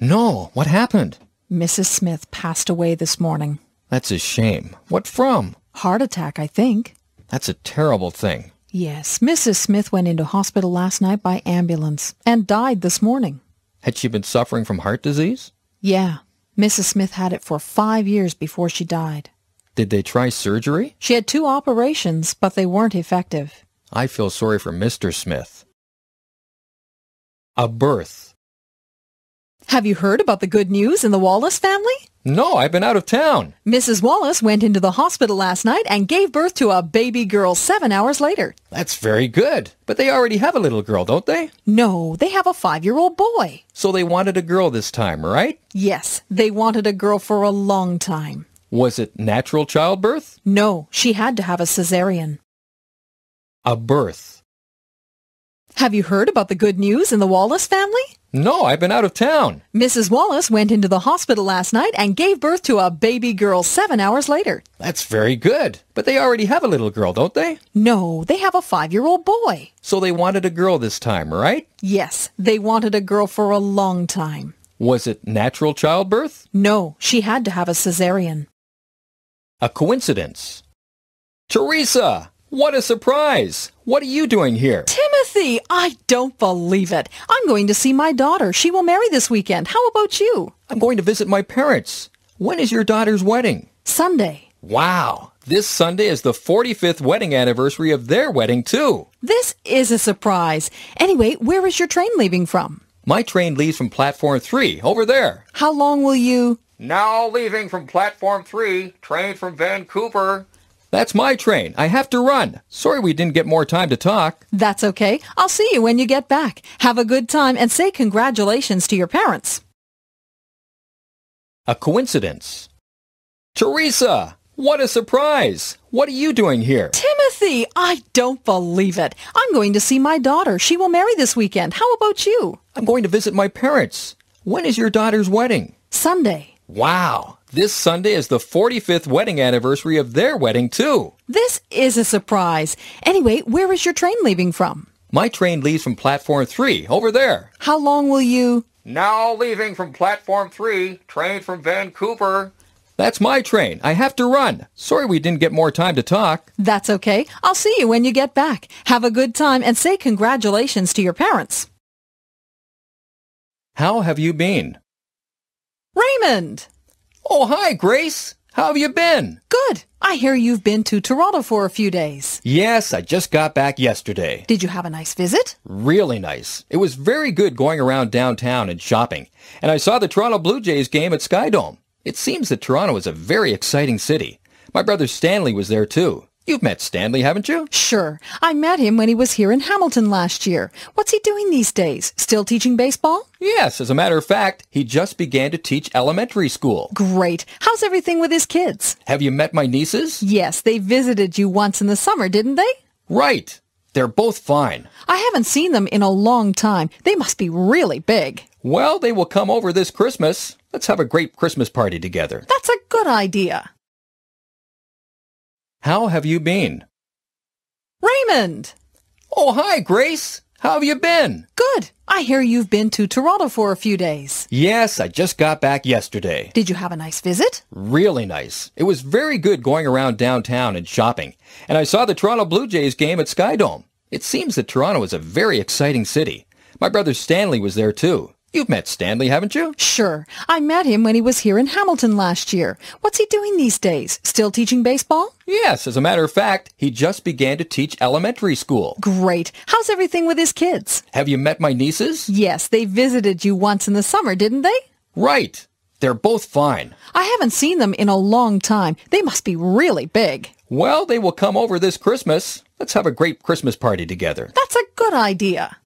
S1: No, what happened?
S2: Mrs. Smith passed away this morning.
S1: That's a shame. What from?
S2: Heart attack, I think.
S1: That's a terrible thing.
S2: Yes, Mrs. Smith went into hospital last night by ambulance and died this morning.
S1: Had she been suffering from heart disease?
S2: Yeah, Mrs. Smith had it for five years before she died.
S1: Did they try surgery?
S2: She had two operations, but they weren't effective.
S1: I feel sorry for Mr. Smith. A birth.
S2: Have you heard about the good news in the Wallace family?
S1: No, I've been out of town.
S2: Mrs. Wallace went into the hospital last night and gave birth to a baby girl seven hours later.
S1: That's very good. But they already have a little girl, don't they?
S2: No, they have a five-year-old boy.
S1: So they wanted a girl this time, right?
S2: Yes, they wanted a girl for a long time.
S1: Was it natural childbirth?
S2: No, she had to have a cesarean.
S1: A birth.
S2: Have you heard about the good news in the Wallace family?
S1: No, I've been out of town.
S2: Mrs. Wallace went into the hospital last night and gave birth to a baby girl seven hours later.
S1: That's very good. But they already have a little girl, don't they?
S2: No, they have a five-year-old boy.
S1: So they wanted a girl this time, right?
S2: Yes, they wanted a girl for a long time.
S1: Was it natural childbirth?
S2: No, she had to have a cesarean.
S1: A coincidence. Teresa, what a surprise! What are you doing here?
S2: Timothy, I don't believe it. I'm going to see my daughter. She will marry this weekend. How about you?
S1: I'm going to visit my parents. When is your daughter's wedding?
S2: Sunday.
S1: Wow! This Sunday is the 45th wedding anniversary of their wedding, too.
S2: This is a surprise. Anyway, where is your train leaving from?
S1: My train leaves from platform 3, over there.
S2: How long will you?
S1: Now leaving from platform 3, train from Vancouver. That's my train. I have to run. Sorry we didn't get more time to talk.
S2: That's okay. I'll see you when you get back. Have a good time and say congratulations to your parents.
S1: A coincidence. Teresa, what a surprise! What are you doing here?
S2: Timothy, I don't believe it. I'm going to see my daughter. She will marry this weekend. How about you?
S1: I'm going to visit my parents. When is your daughter's wedding?
S2: Sunday.
S1: Wow! This Sunday is the 45th wedding anniversary of their wedding, too.
S2: This is a surprise. Anyway, where is your train leaving from?
S1: My train leaves from platform 3, over there.
S2: How long will you?
S1: Now leaving from platform 3, train from Vancouver. That's my train. I have to run. Sorry we didn't get more time to talk.
S2: That's okay. I'll see you when you get back. Have a good time and say congratulations to your parents.
S1: How have you been?
S2: Raymond!
S1: Oh, hi, Grace. How have you been?
S2: Good. I hear you've been to Toronto for a few days.
S1: Yes, I just got back yesterday.
S2: Did you have a nice visit?
S1: Really nice. It was very good going around downtown and shopping. And I saw the Toronto Blue Jays game at Skydome. It seems that Toronto is a very exciting city. My brother Stanley was there too. You've met Stanley, haven't you?
S2: Sure. I met him when he was here in Hamilton last year. What's he doing these days? Still teaching baseball?
S1: Yes, as a matter of fact, he just began to teach elementary school.
S2: Great. How's everything with his kids?
S1: Have you met my nieces?
S2: Yes, they visited you once in the summer, didn't they?
S1: Right. They're both fine.
S2: I haven't seen them in a long time. They must be really big.
S1: Well, they will come over this Christmas. Let's have a great Christmas party together.
S2: That's a good idea.
S1: How have you been?
S2: Raymond!
S1: Oh, hi, Grace. How have you been?
S2: Good. I hear you've been to Toronto for a few days.
S1: Yes, I just got back yesterday.
S2: Did you have a nice visit?
S1: Really nice. It was very good going around downtown and shopping. And I saw the Toronto Blue Jays game at Skydome. It seems that Toronto is a very exciting city. My brother Stanley was there too. You've met Stanley, haven't you?
S2: Sure. I met him when he was here in Hamilton last year. What's he doing these days? Still teaching baseball?
S1: Yes, as a matter of fact, he just began to teach elementary school.
S2: Great. How's everything with his kids?
S1: Have you met my nieces?
S2: Yes, they visited you once in the summer, didn't they?
S1: Right. They're both fine.
S2: I haven't seen them in a long time. They must be really big.
S1: Well, they will come over this Christmas. Let's have a great Christmas party together.
S2: That's a good idea.